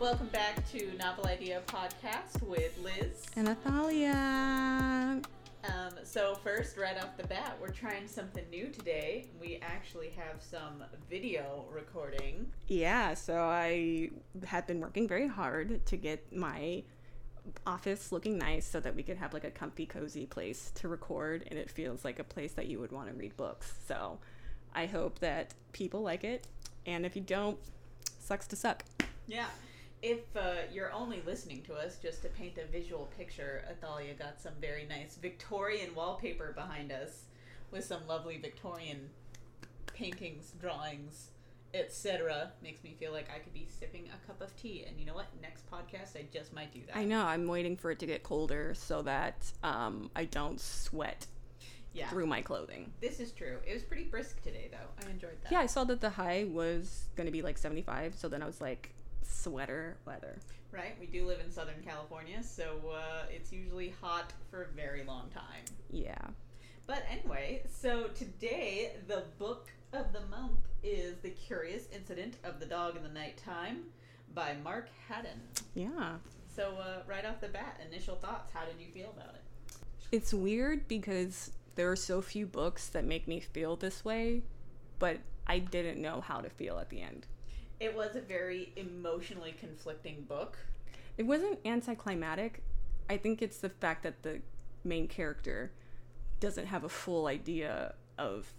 Welcome back to Novel Idea Podcast with Liz. And Athalia. Um, so first, right off the bat, we're trying something new today. We actually have some video recording. Yeah, so I had been working very hard to get my office looking nice so that we could have like a comfy, cozy place to record, and it feels like a place that you would want to read books. So I hope that people like it, and if you don't, sucks to suck. Yeah. If uh, you're only listening to us just to paint a visual picture, Athalia got some very nice Victorian wallpaper behind us with some lovely Victorian paintings, drawings, etc. Makes me feel like I could be sipping a cup of tea. And you know what? Next podcast, I just might do that. I know I'm waiting for it to get colder so that um, I don't sweat yeah. through my clothing. This is true. It was pretty brisk today, though. I enjoyed that. Yeah, I saw that the high was going to be like 75, so then I was like, sweater weather. Right? We do live in Southern California, so uh, it's usually hot for a very long time. Yeah. But anyway, so today the book of the month is The Curious Incident of the Dog in the Nighttime by Mark Haddon. Yeah. So, uh, right off the bat, initial thoughts. How did you feel about it? It's weird because there are so few books that make me feel this way, but I didn't know how to feel at the end. It was a very emotionally conflicting book. It wasn't anticlimactic. I think it's the fact that the main character doesn't have a full idea of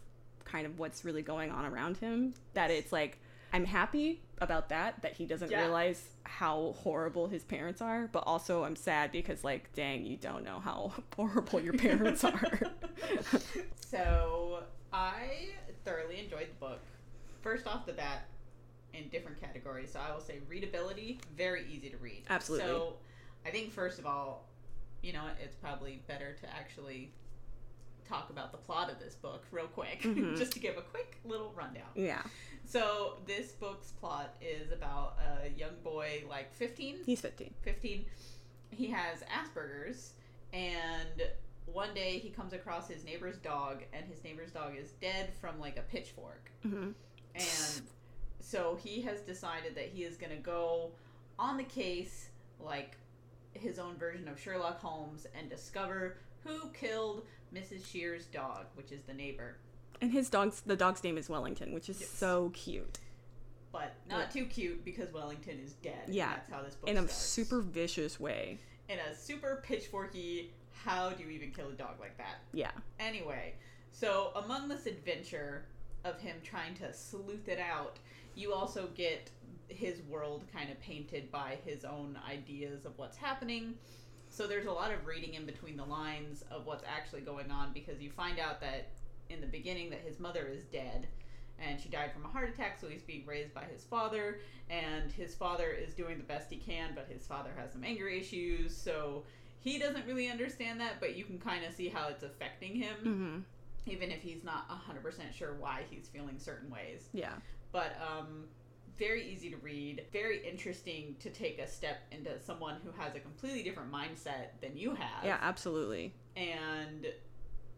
kind of what's really going on around him. That it's like, I'm happy about that, that he doesn't Yeah. realize how horrible his parents are, but also I'm sad because, like, dang, you don't know how horrible your parents are. so I thoroughly enjoyed the book. First off the bat, in different categories. So I will say readability, very easy to read. Absolutely. So I think first of all, you know, it's probably better to actually talk about the plot of this book real quick, Mhm. just to give a quick little rundown. yeah. So this book's plot is about a young boy, like 15, He's 15. 15 he has asperger's and one day he comes across his neighbor's dog and his neighbor's dog is dead from like a pitchfork hmm and so he has decided that he is going to go on the case like his own version of sherlock holmes and discover who killed mrs shear's dog which is the neighbor And his dog's the dog's name is Wellington, which is Yes. so cute. but not too cute because wellington is dead and Yeah, that's how this book In a starts. super vicious way. in a super pitchforky how do you even kill a dog like that Yeah. Anyway, so among this adventure of him trying to sleuth it out, you also get his world kind of painted by his own ideas of what's happening. So there's a lot of reading in between the lines of what's actually going on because you find out that in the beginning that his mother is dead and she died from a heart attack so he's being raised by his father and his father is doing the best he can but his father has some anger issues so he doesn't really understand that but you can kind of see how it's affecting him hmm even if he's not 100% sure why he's feeling certain ways. Yeah. But um, very easy to read, very interesting to take a step into someone who has a completely different mindset than you have. Yeah, absolutely. And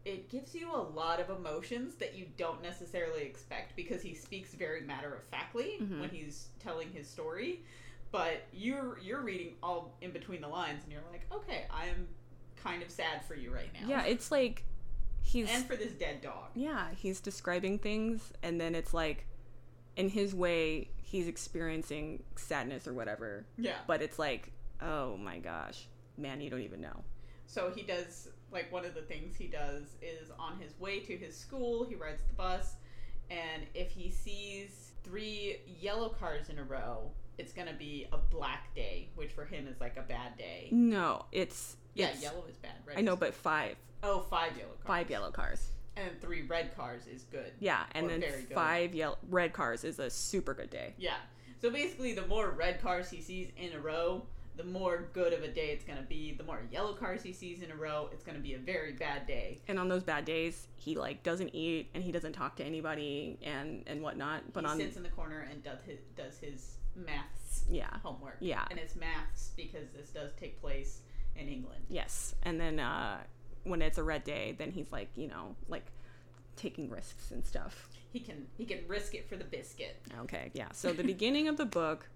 it gives you a lot of emotions that you don't necessarily expect because he speaks very matter of factly Mhm. when he's telling his story. But you're you're reading all in between the lines, and you're like, okay, I'm kind of sad for you right now, Yeah, it's like he's and for this dead dog. yeah, he's describing things and then it's like in his way he's experiencing sadness or whatever, Yeah. but it's like oh my gosh, man, you don't even know. So he does like one of the things he does is on his way to his school, he rides the bus, and if he sees three yellow cars in a row, it's gonna be a black day, which for him is like a bad day. No, it's Yeah, it's- yellow is bad, right? I know, but five Oh, five yellow cars. five yellow cars. And three red cars is good. Yeah, and Or then very good. five yellow red cars is a super good day. Yeah. So basically, the more red cars he sees in a row, the more good of a day it's gonna be. The more yellow cars he sees in a row, it's gonna be a very bad day. and on those bad days he like doesn't eat and he doesn't talk to anybody and and whatnot but he on sits in the corner and does his does his maths yeah homework. yeah And it's maths because this does take place in England. yes and then uh when it's a red day then he's like you know like taking risks and stuff He can he can risk it for the biscuit. okay yeah so the beginning of the book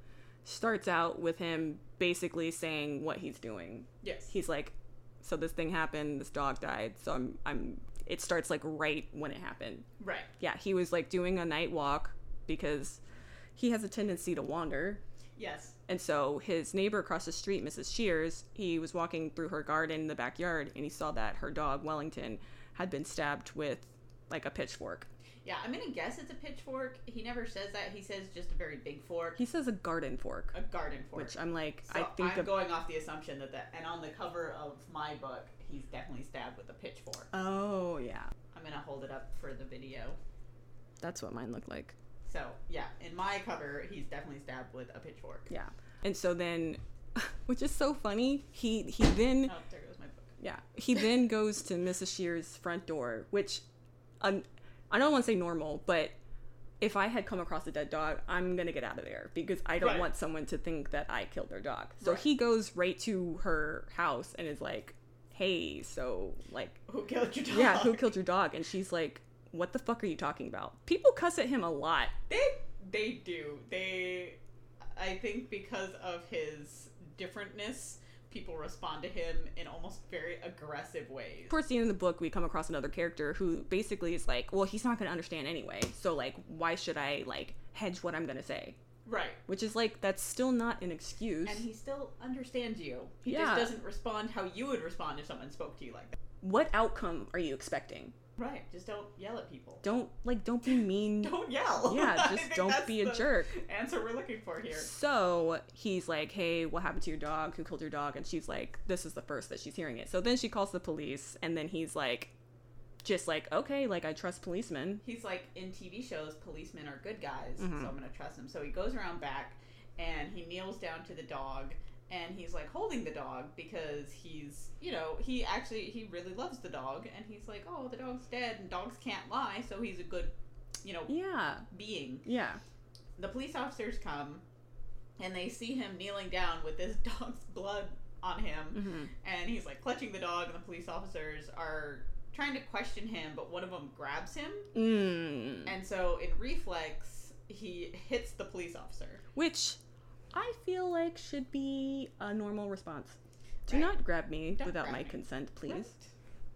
starts out with him basically saying what he's doing. Yes. He's like, so this thing happened, this dog died, so I'm I'm it starts like right when it happened. right. Yeah, he was like doing a night walk because he has a tendency to wander. Yes. And so his neighbor across the street, Mrs. Shears, he was walking through her garden in the backyard and he saw that her dog, Wellington, had been stabbed with like a pitchfork. Yeah, I'm gonna guess it's a pitchfork. He never says that. He says just a very big fork, He says a garden fork, a garden fork. which I'm like, so I think I'm of. going off the assumption that that, and on the cover of my book, he's definitely stabbed with a pitchfork. Oh, yeah. I'm gonna hold it up for the video. That's what mine looked like. So yeah, in my cover, he's definitely stabbed with a pitchfork. Yeah. And so then, which is so funny, he, he then. Oh, there goes my book. Yeah. He then goes to Mrs. Shear's front door, which um, I don't want to say normal, but if I had come across a dead dog, I'm going to get out of there because I don't Right. want someone to think that I killed their dog. So Right. he goes right to her house and is like, hey, so, like, Who killed your dog? yeah, who killed your dog? And she's like, what the fuck are you talking about? People cuss at him a lot. They they do. They I think because of his differentness, people respond to him in almost very aggressive ways. Towards the end of the book, we come across another character who basically is like, well, he's not going to understand anyway. So, like, why should I, like, hedge what I'm going to say? Right. which is like that's still not an excuse. And he still understands you. He Yeah. just doesn't respond how you would respond if someone spoke to you like that. what outcome are you expecting? Right. Just don't yell at people. Don't like don't be mean. Don't yell. yeah, I just think don't that's be a the jerk. Answer we're looking for here. So he's like, "Hey, what happened to your dog? Who killed your dog?" And she's like, "This is the first that she's hearing it." So then she calls the police, and then he's like, "Just like okay, like I trust policemen." He's like in TV shows, policemen are good guys, Mhm. so I'm gonna trust him. So he goes around back and he kneels down to the dog and he's like holding the dog because he's you know he actually he really loves the dog and he's like oh the dog's dead and dogs can't lie so he's a good you know Yeah, being yeah, the police officers come and they see him kneeling down with this dog's blood on him hmm and he's like clutching the dog and the police officers are trying to question him but one of them grabs him mm. and so in reflex, he hits the police officer. which I feel like should be a normal response. Do Right. not grab me Don't without grab my me. consent, please.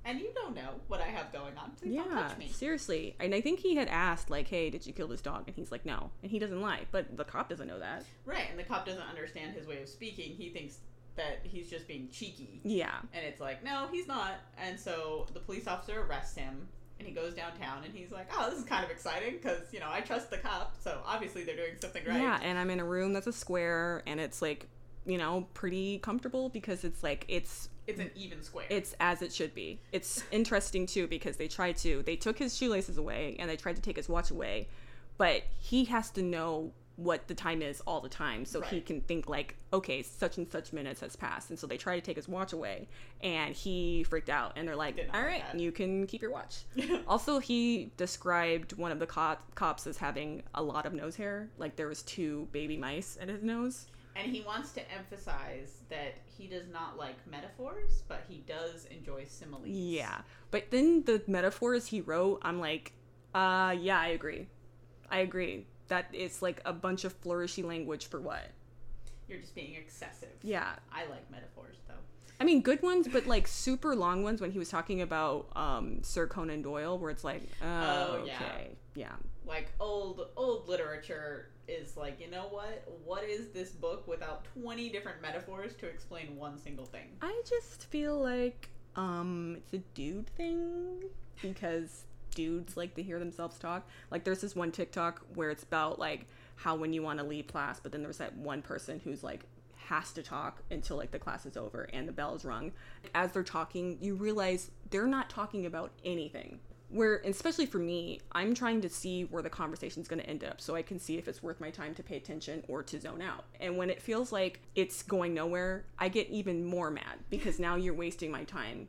And you don't know what I have going on. Please don't touch me. seriously. And I think he had asked, like, hey, did you kill this dog? And he's like, no. And he doesn't lie. But the cop doesn't know that. Right. And the cop doesn't understand his way of speaking. He thinks that he's just being cheeky. Yeah. And it's like, no, he's not. And so the police officer arrests him. And he goes downtown and he's like, oh, this is kind of exciting because, you know, I trust the cop. So obviously they're doing something right. Yeah. And I'm in a room that's a square and it's like, you know, pretty comfortable because it's like, it's. It's an even square. It's as it should be. It's interesting too because they tried to. They took his shoelaces away and they tried to take his watch away, but he has to know what the time is all the time so he Right. can think like, okay, such and such minutes has passed. And so they try to take his watch away and he freaked out and they're like, Did not all like right, that." you can keep your watch. yeah. Also, he described one of the cop- cops as having a lot of nose hair. Like there was two baby mice in his nose. And he wants to emphasize that he does not like metaphors, but he does enjoy similes. Yeah, but then the metaphors he wrote, I'm like, uh, yeah, I agree. I agree that it's like a bunch of flourishy language for what? You're just being excessive. Yeah, I like metaphors though. I mean good ones, but like super long ones. When he was talking about um, Sir Conan Doyle, where it's like, oh, Oh, yeah. okay, yeah, Like old old literature is like, you know what? What is this book without 20 different metaphors to explain one single thing? I just feel like um it's a dude thing because dudes like to hear themselves talk. Like there's this one TikTok where it's about like how when you want to leave class, but then there's that one person who's like has to talk until like the class is over and the bell is rung. As they're talking, you realize they're not talking about anything. Where and especially for me, I'm trying to see where the conversation's going to end up so I can see if it's worth my time to pay attention or to zone out. And when it feels like it's going nowhere, I get even more mad because now you're wasting my time.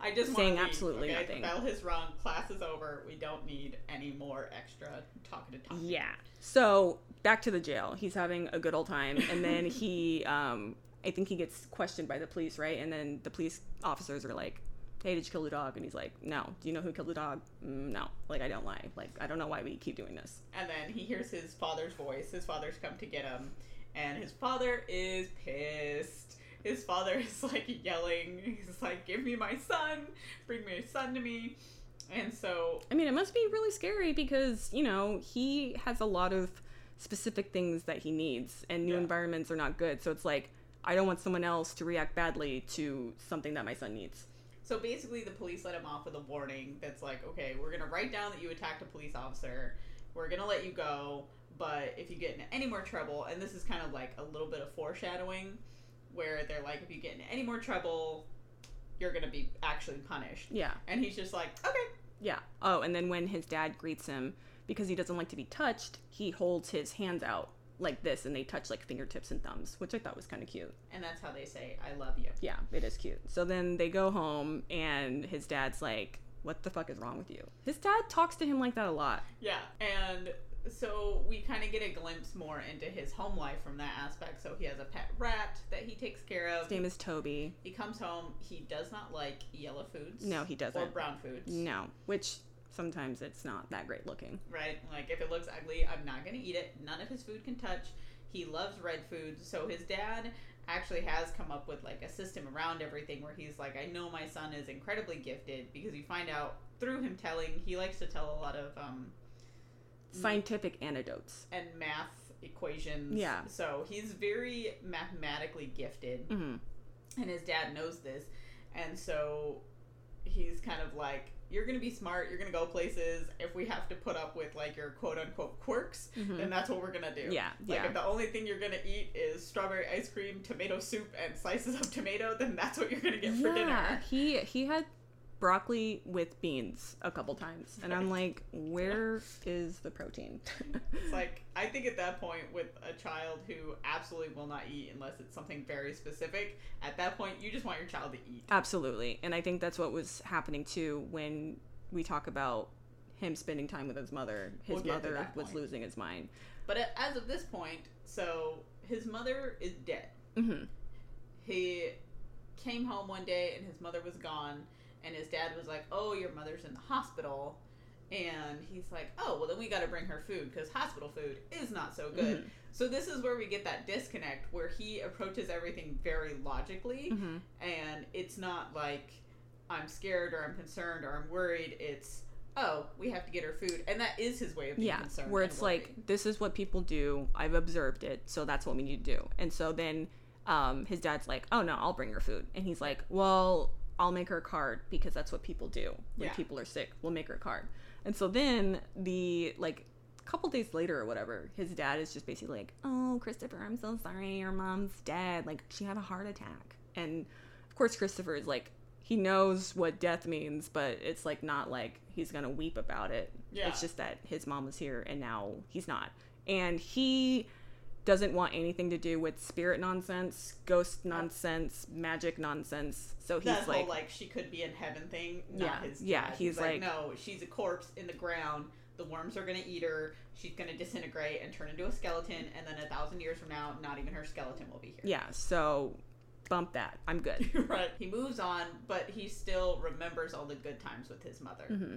I just Saying want absolutely okay? nothing. The bell has rung. Class is over. We don't need any more extra talkative talk. Yeah. So back to the jail. He's having a good old time, and then he, um, I think he gets questioned by the police, right? And then the police officers are like, "Hey, did you kill the dog?" And he's like, "No." Do you know who killed the dog? Mm, no. Like I don't lie. Like I don't know why we keep doing this. And then he hears his father's voice. His father's come to get him. and his father is pissed. His father is like yelling. He's like, "Give me my son! Bring my son to me!" And so, I mean, it must be really scary because, you know, he has a lot of specific things that he needs and new Yeah. environments are not good. So it's like, I don't want someone else to react badly to something that my son needs. so basically, the police let him off with a warning that's like, "Okay, we're gonna write down that you attacked a police officer. We're gonna let you go, but if you get into any more trouble, and this is kind of like a little bit of foreshadowing, where they're like, if you get into any more trouble, you're gonna be actually punished." Yeah. And he's just like, "Okay, Yeah. Oh, and then when his dad greets him, because he doesn't like to be touched, he holds his hands out like this and they touch like fingertips and thumbs, which I thought was kind of cute. and that's how they say, "I love you." Yeah, it is cute. So then they go home and his dad's like, What the fuck is wrong with you? His dad talks to him like that a lot. Yeah, and so we kind of get a glimpse more into his home life from that aspect. So he has a pet rat that he takes care of. His name is Toby. He comes home. He does not like yellow foods. No, he Or doesn't. brown foods. No, which sometimes it's not that great looking. Right? Like, if it looks ugly, I'm not going to eat it. None of his food can touch. He loves red food. So his dad actually has come up with like a system around everything where he's like, I know my son is incredibly gifted because you find out through him telling, he likes to tell a lot of um, Mm-hmm. Scientific anecdotes. and math equations. Yeah. So he's very mathematically gifted, hmm and his dad knows this, and so he's kind of like, "You're gonna be smart. You're gonna go places. If we have to put up with like your quote unquote quirks, hmm then that's what we're gonna do." Yeah, Like yeah. if the only thing you're gonna eat is strawberry ice cream, tomato soup, and slices of tomato, then that's what you're gonna get for dinner. he he had broccoli with beans a couple times, and I'm like, where is the protein? It's like I think at that point, with a child who absolutely will not eat unless it's something very specific, at that point you just want your child to eat. Absolutely, and I think that's what was happening too when we talk about him spending time with his mother. His We'll get to mother that was point. losing his mind. But a- as of this point, so his mother is dead. hmm He came home one day and his mother was gone, and his dad was like, "Oh, your mother's in the hospital." And he's like, "Oh, well then we got to bring her food because hospital food is not so good." Mm-hmm. So this is where we get that disconnect where he approaches everything very logically hmm and it's not like I'm scared or I'm concerned or I'm worried. It's oh, we have to get her food, and that is his way of being yeah concerned. where and it's worried. like this is what people do i've observed it so that's what we need to do and so then um, his dad's like oh no i'll bring her food and he's like well i'll make her a card because that's what people do when Yeah. people are sick we'll make her a card and so then the like couple days later or whatever his dad is just basically like oh christopher i'm so sorry your mom's dead like she had a heart attack and of course christopher is like he knows what death means but it's like not like he's gonna weep about it Yeah. it's just that his mom was here and now he's not and he doesn't want anything to do with spirit nonsense ghost nonsense magic nonsense so he's that like whole like she could be in heaven thing. Not Yeah, his yeah, dad. he's like- no, she's a corpse in the ground. The worms are gonna eat her. She's gonna disintegrate and turn into a skeleton, and then a thousand years from now, not even her skeleton will be here. yeah so bump that i'm good right. He moves on, but he still remembers all the good times with his mother. hmm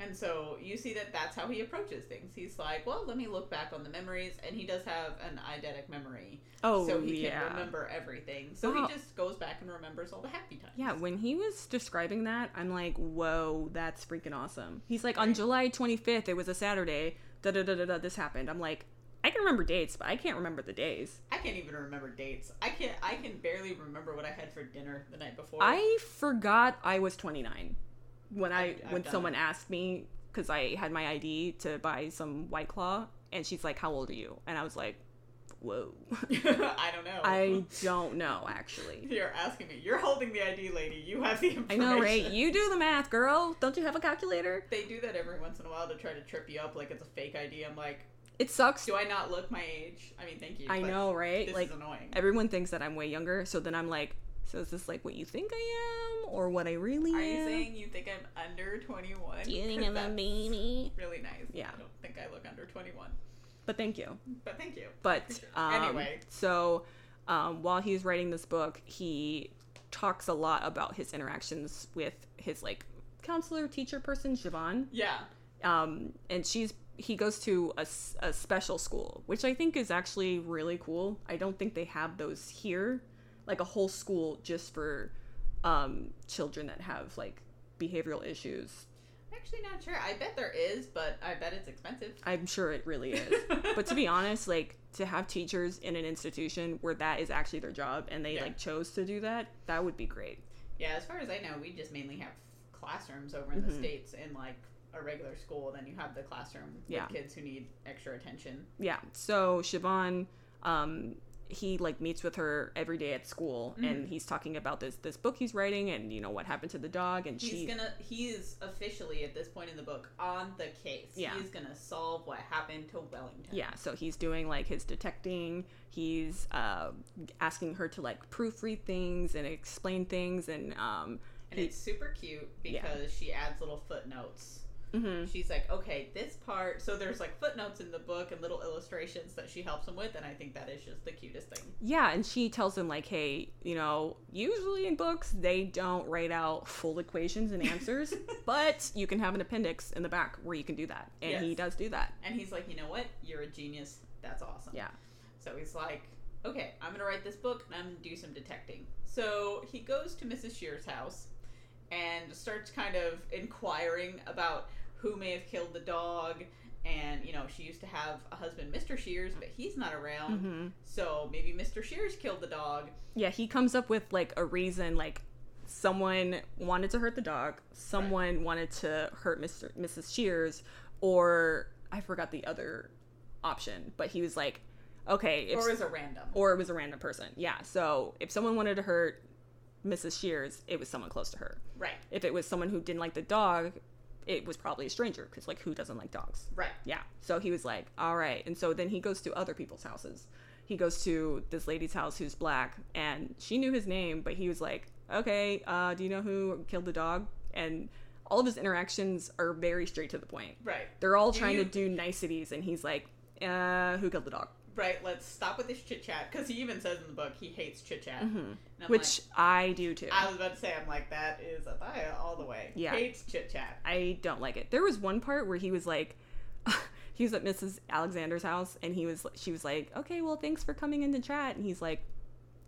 And so you see that that's how he approaches things. He's like, well, let me look back on the memories, and he does have an eidetic memory, oh so he yeah can remember everything. So Wow. he just goes back and remembers all the happy times. Yeah, when he was describing that, I'm like, whoa, that's freaking awesome. He's like, on Right. July 25th, it was a Saturday, da da da da da, this happened. I'm like, I can remember dates, but I can't remember the days. I can't even remember dates. I can not I can barely remember what I had for dinner the night before. I forgot I was 29 when I, I've- I've when done someone asked me because I had my ID to buy some White Claw, and she's like, how old are you? And I was like, whoa, I don't know. I don't know actually. you're asking me. You're holding the ID, lady. You have the I information. know, right? You do the math, girl. Don't you have a calculator? They do that every once in a while to try to trip you up, like it's a fake ID. I'm like, It sucks. do I not look my age? I mean, thank you. I but know, right? This like, is annoying. everyone thinks that I'm way younger, so then I'm like, so is this like what you think I am or what I really Are you am? saying you think I'm under 21? Do you think 'Cause I'm a that's baby? Really nice. Yeah. I don't think I look under 21. But thank you. But thank you. But um, Anyway. so um, while he's writing this book, he talks a lot about his interactions with his like counselor, teacher person, Siobhan. Yeah. Um, and she's he goes to a, s- a special school, which I think is actually really cool. I don't think they have those here, like a whole school just for um, children that have like behavioral issues. Actually, not sure. I bet there is, but I bet it's expensive. I'm sure it really is. but to be honest, like to have teachers in an institution where that is actually their job and they Yeah. like chose to do that, that would be great. yeah, as far as I know, we just mainly have classrooms over in the Mhm. states in like a regular school. Then you have the classroom Yeah. with kids who need extra attention. Yeah. So Siobhan, um, he like meets with her every day at school, Mm-hmm. and he's talking about this this book he's writing, and you know what happened to the dog, and she. He's gonna. He is officially at this point in the book on the case. Yeah. He's gonna solve what happened to Wellington. yeah, so he's doing like his detecting. He's uh, asking her to like proofread things and explain things, and um, And he- it's super cute Yeah. because she adds little footnotes. mhm. She's like, okay, this part. So there's like footnotes in the book and little illustrations that she helps him with, and I think that is just the cutest thing. yeah, and she tells him like, hey, you know, usually in books they don't write out full equations and answers, but you can have an appendix in the back where you can do that, and he Yes. does do that. And he's like, you know what? You're a genius. That's awesome. Yeah. So he's like, okay, I'm going to write this book and I'm going to do some detecting. So he goes to Mrs. Shear's house and starts kind of inquiring about who may have killed the dog. And, you know, she used to have a husband, Mr. Shears, but he's not around. hmm So maybe Mr. Shears killed the dog. Yeah, he comes up with like a reason like someone wanted to hurt the dog, someone wanted to hurt Mr. Mrs. Shears, or I forgot the other option, but he was like, okay, if, or is a random. or it was a random person. Yeah, so if someone wanted to hurt Mrs. Shears, it was someone close to her. right, If it was someone who didn't like the dog, it was probably a stranger because like who doesn't like dogs? right. Yeah. So he was like, all right. And so then he goes to other people's houses. He goes to this lady's house who's black, and she knew his name, but he was like, okay, uh, do you know who killed the dog? And all of his interactions are very straight to the point. Right, They're all Do trying you- to do niceties, and he's like, uh, who killed the dog? right. Let's stop with this chit chat because he even says in the book he hates chit chat. And I'm Mm-hmm. Which I do too. like- I was about to say, I'm like, that is Athaya all the way. Yeah. hates chit chat. I don't like it. There was one part where he was like, he was at Mrs. Alexander's house, and he was, she was like, okay, well, thanks for coming in to chat, and he's like,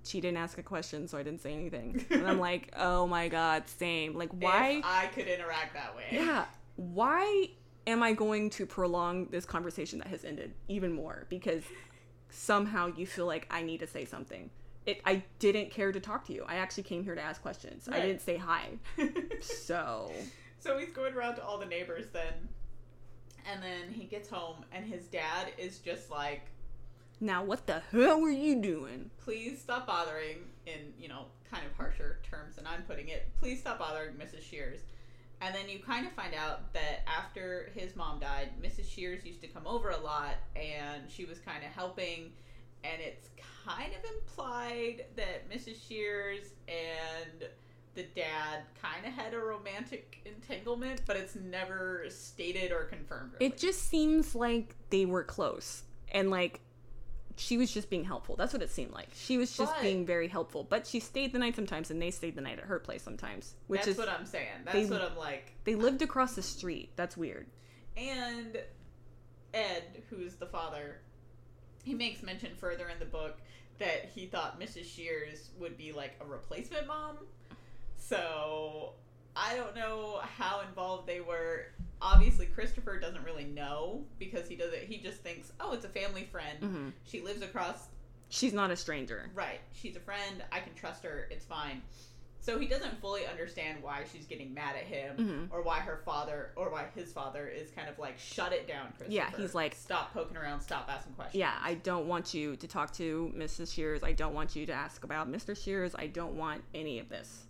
she didn't ask a question, so I didn't say anything, and I'm like, oh my god, same. Like, why? If I could interact that way. yeah, why am I going to prolong this conversation that has ended even more because somehow you feel like I need to say something. It, I didn't care to talk to you. I actually came here to ask questions. Right. I didn't say hi. So so he's going around to all the neighbors then. And then he gets home, and his dad is just like, now, what the hell were you doing? please stop bothering, in, you know, kind of harsher terms than I'm putting it, please stop bothering Mrs. Shears. And then you kind of find out that after his mom died, Mrs. Shears used to come over a lot, and she was kind of helping. And it's kind of implied that Mrs. Shears and the dad kind of had a romantic entanglement, but it's never stated or confirmed. Really. It just seems like they were close and like she was just being helpful. That's what it seemed like. She was just But- being very helpful, but she stayed the night sometimes and they stayed the night at her place sometimes, which That's is what I'm saying. That's they- what I'm like. they lived across the street. That's weird. And Ed, who's the father, he makes mention further in the book that he thought Mrs. Shears would be like a replacement mom. So I don't know how involved they were. Obviously, Christopher doesn't really know because he doesn't. He just thinks, oh, it's a family friend. Mhm. She lives across She's not a stranger. Right. She's a friend. I can trust her. It's fine. So he doesn't fully understand why she's getting mad at him Mhm. or why her father or why his father is kind of like, shut it down, Christopher. Yeah, he's like- stop poking around, stop asking questions. Yeah, I don't want you to talk to Mrs. Shears. I don't want you to ask about Mr. Shears. I don't want any of this.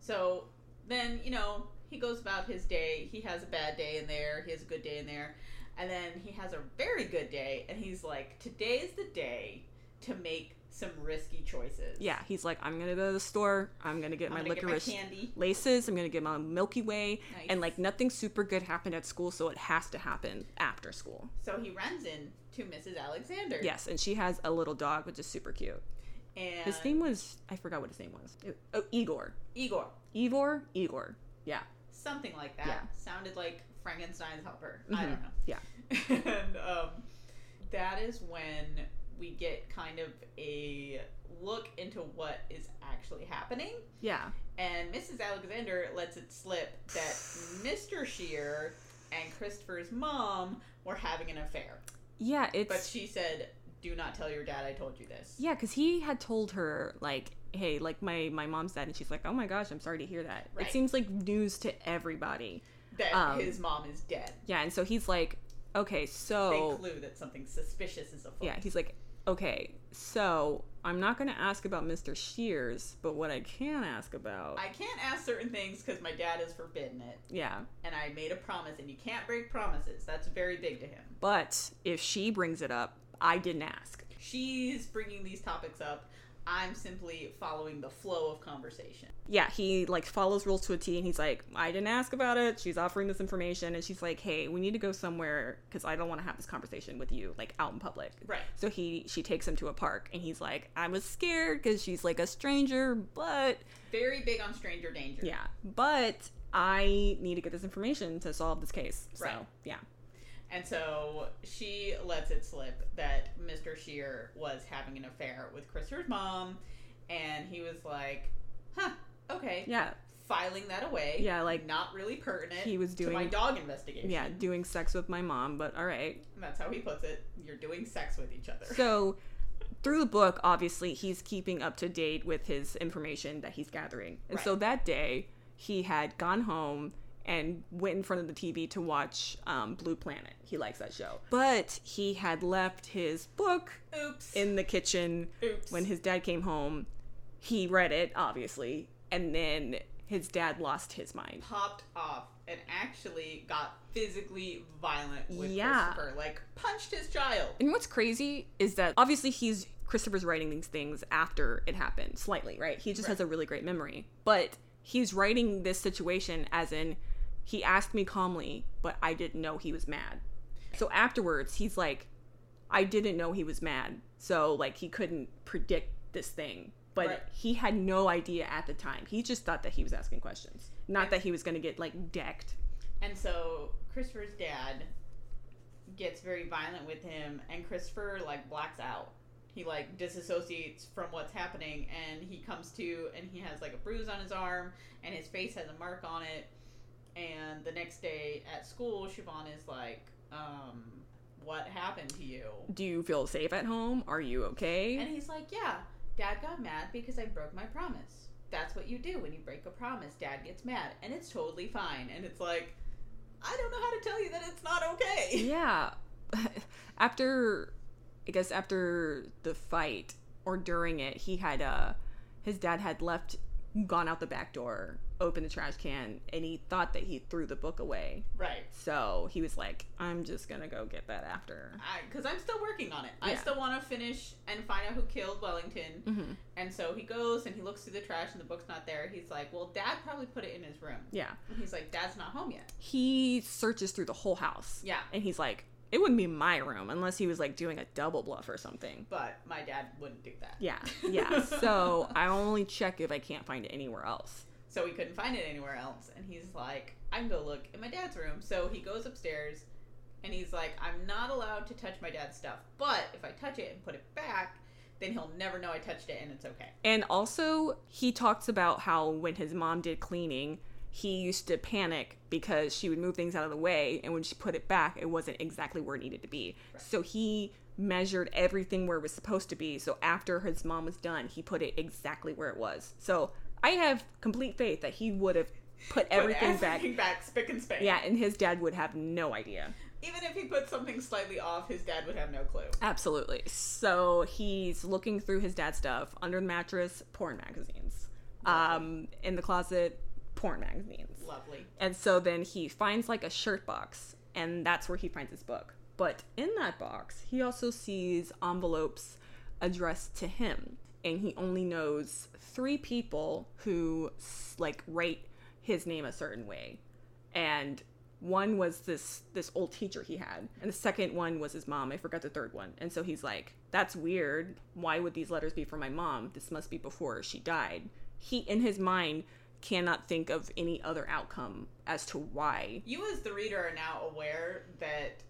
So then, you know, he goes about his day. He has a bad day in there, he has a good day in there. And then he has a very good day, and he's like, today's the day to make some risky choices. Yeah, he's like, I'm gonna go to the store. I'm gonna get I'm my gonna get licorice my candy. laces. I'm gonna get my Milky Way. Nice. And like nothing super good happened at school, so it has to happen after school. So he runs in to Mrs. Alexander. Yes, and she has a little dog, which is super cute. And His name was I forgot what his name was. It- oh, Igor. Igor. Ivor. Igor. Yeah. something like that. Yeah. Sounded like Frankenstein's helper. I Mhm. don't know. Yeah. and um, that is when we get kind of a look into what is actually happening. Yeah. And Mrs. Alexander lets it slip that Mr. Shear and Christopher's mom were having an affair. Yeah, it's But she said, Do not tell your dad I told you this. Yeah, because he had told her like, "Hey, like my my mom's dead," and she's like, "Oh my gosh, I'm sorry to hear that." Right. It seems like news to everybody. That Um, his mom is dead. Yeah, and so he's like, "Okay, so They clue that something suspicious is afoot. oh. yeah," he's like, "Okay, so I'm not going to ask about Mr. Shears, but what I can ask about, I can't ask certain things because my dad has forbidden it, yeah, and I made a promise, and you can't break promises. That's very big to him. but if she brings it up, I didn't ask." She's bringing these topics up. I'm simply following the flow of conversation. yeah, he like follows rules to a T and he's like, I didn't ask about it. She's offering this information and she's like, hey, we need to go somewhere because I don't want to have this conversation with you like out in public. Right. So he she takes him to a park and he's like, I was scared because she's like a stranger, but Very big on stranger danger. yeah, but I need to get this information to solve this case. So Right. yeah, And so she lets it slip that Mr. Shear was having an affair with Christopher's mom, and he was like, huh, okay. yeah, Filing that away. Yeah, like, not really pertinent. he was to my doing- dog investigation. yeah, doing sex with my mom, but all right. And that's how he puts it. You're doing sex with each other. So through the book, obviously, he's keeping up to date with his information that he's gathering. And so Right. that day, he had gone home and went in front of the TV to watch um, Blue Planet. He likes that show. But he had left his book Oops. in the kitchen Oops. when his dad came home. He read it, obviously, and then his dad lost his mind. popped off and actually got physically violent with Yeah. Christopher. Like punched his child. And what's crazy is that obviously he's Christopher's writing these things after it happened, slightly, right? He just has Right. a really great memory. But he's writing this situation as in he asked me calmly, but I didn't know he was mad. So afterwards, he's like, I didn't know he was mad. So like he couldn't predict this thing. But Right. he had no idea at the time. He just thought that he was asking questions. Not that he was going to get like decked. And so Christopher's dad gets very violent with him and Christopher like blacks out. He like disassociates from what's happening and he comes to and he has like a bruise on his arm and his face has a mark on it. And the next day at school, Siobhan is like, um, what happened to you? Do you feel safe at home? Are you okay? And he's like, Yeah, dad got mad because I broke my promise. That's what you do when you break a promise. Dad gets mad, and it's totally fine. And it's like, I don't know how to tell you that it's not okay. yeah after i guess after the fight or during it he had uh his dad had left gone out the back door opened the trash can and he thought that he threw the book away Right. so he was like i'm just gonna go get that after Because I'm still working on it. I Yeah. still want to finish and find out who killed Wellington. mm-hmm. And so he goes and he looks through the trash, and the book's not there. He's like, Well, dad probably put it in his room. yeah And he's like, Dad's not home yet. he searches through the whole house Yeah. and he's like it wouldn't be my room unless he was like doing a double bluff or something But my dad wouldn't do that. yeah yeah so i only check if i can't find it anywhere else So he couldn't find it anywhere else. And he's like, I can go look in my dad's room. So he goes upstairs and he's like, I'm not allowed to touch my dad's stuff. But if I touch it and put it back, then he'll never know I touched it and it's okay. And also, he talks about how when his mom did cleaning, he used to panic because she would move things out of the way, and when she put it back, it wasn't exactly where it needed to be. Right. So he measured everything where it was supposed to be. So after his mom was done, he put it exactly where it was. So I have complete faith that he would have put everything Put back. everything back, spick and span. Yeah, and his dad would have no idea. Even if he put something slightly off, his dad would have no clue. Absolutely. So he's looking through his dad's stuff under the mattress, porn magazines. Um, in the closet, porn magazines. Lovely. And so then he finds like a shirt box, and that's where he finds his book. But in that box, he also sees envelopes addressed to him, and he only knows three people who s- like write his name a certain way, and one was this this old teacher he had, and the second one was his mom. I forgot the third one, and so he's like, "That's weird. Why would these letters be for my mom? This must be before she died." He in his mind cannot think of any other outcome as to why. You, as the reader, are now aware that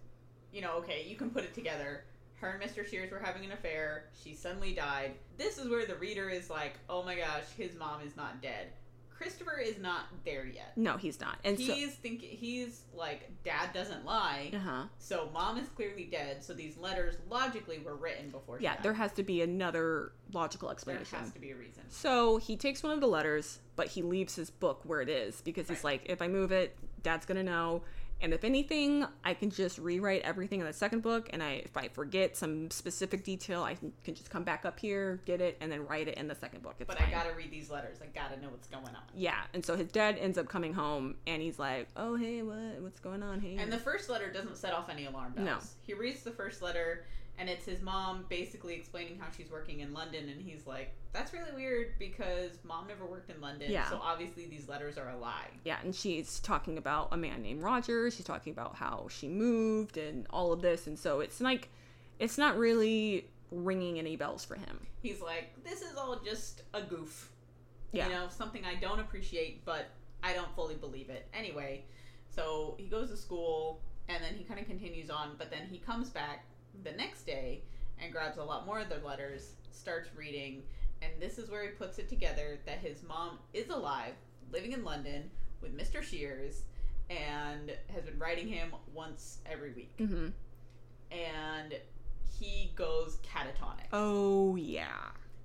you know, okay, you can put it together. Her and Mr. Shears were having an affair. She suddenly died. This is where the reader is like, oh my gosh, his mom is not dead. Christopher is not there yet. No, he's not. And so, he's thinking, he's like, dad doesn't lie. uh huh. So mom is clearly dead. So these letters logically were written before she Yeah, died. there has to be another logical there explanation. has to be a reason. So he takes one of the letters, but he leaves his book where it is because he's like, if I move it, dad's gonna know. And if anything, I can just rewrite everything in the second book. And I, if I forget some specific detail, I can can just come back up here, get it, and then write it in the second book. It's But fine. I gotta read these letters. I gotta know what's going on. yeah. And so his dad ends up coming home, and he's like, "Oh hey, what? What's going on here?" And the first letter doesn't set off any alarm bells. No. He reads the first letter, and it's his mom basically explaining how she's working in London, and he's like, "That's really weird because mom never worked in London, Yeah. so obviously these letters are a lie." yeah, and she's talking about a man named Roger. She's talking about how she moved and all of this, and so it's like, it's not really ringing any bells for him. He's like, "This is all just a goof, Yeah. you know, something I don't appreciate, but I don't fully believe it anyway." So he goes to school, and then he kind of continues on, but then he comes back the next day and grabs a lot more of the letters, starts reading, and this is where he puts it together that his mom is alive, living in London with Mr. Shears, and has been writing him once every week. Mm-hmm. And he goes catatonic. Oh yeah,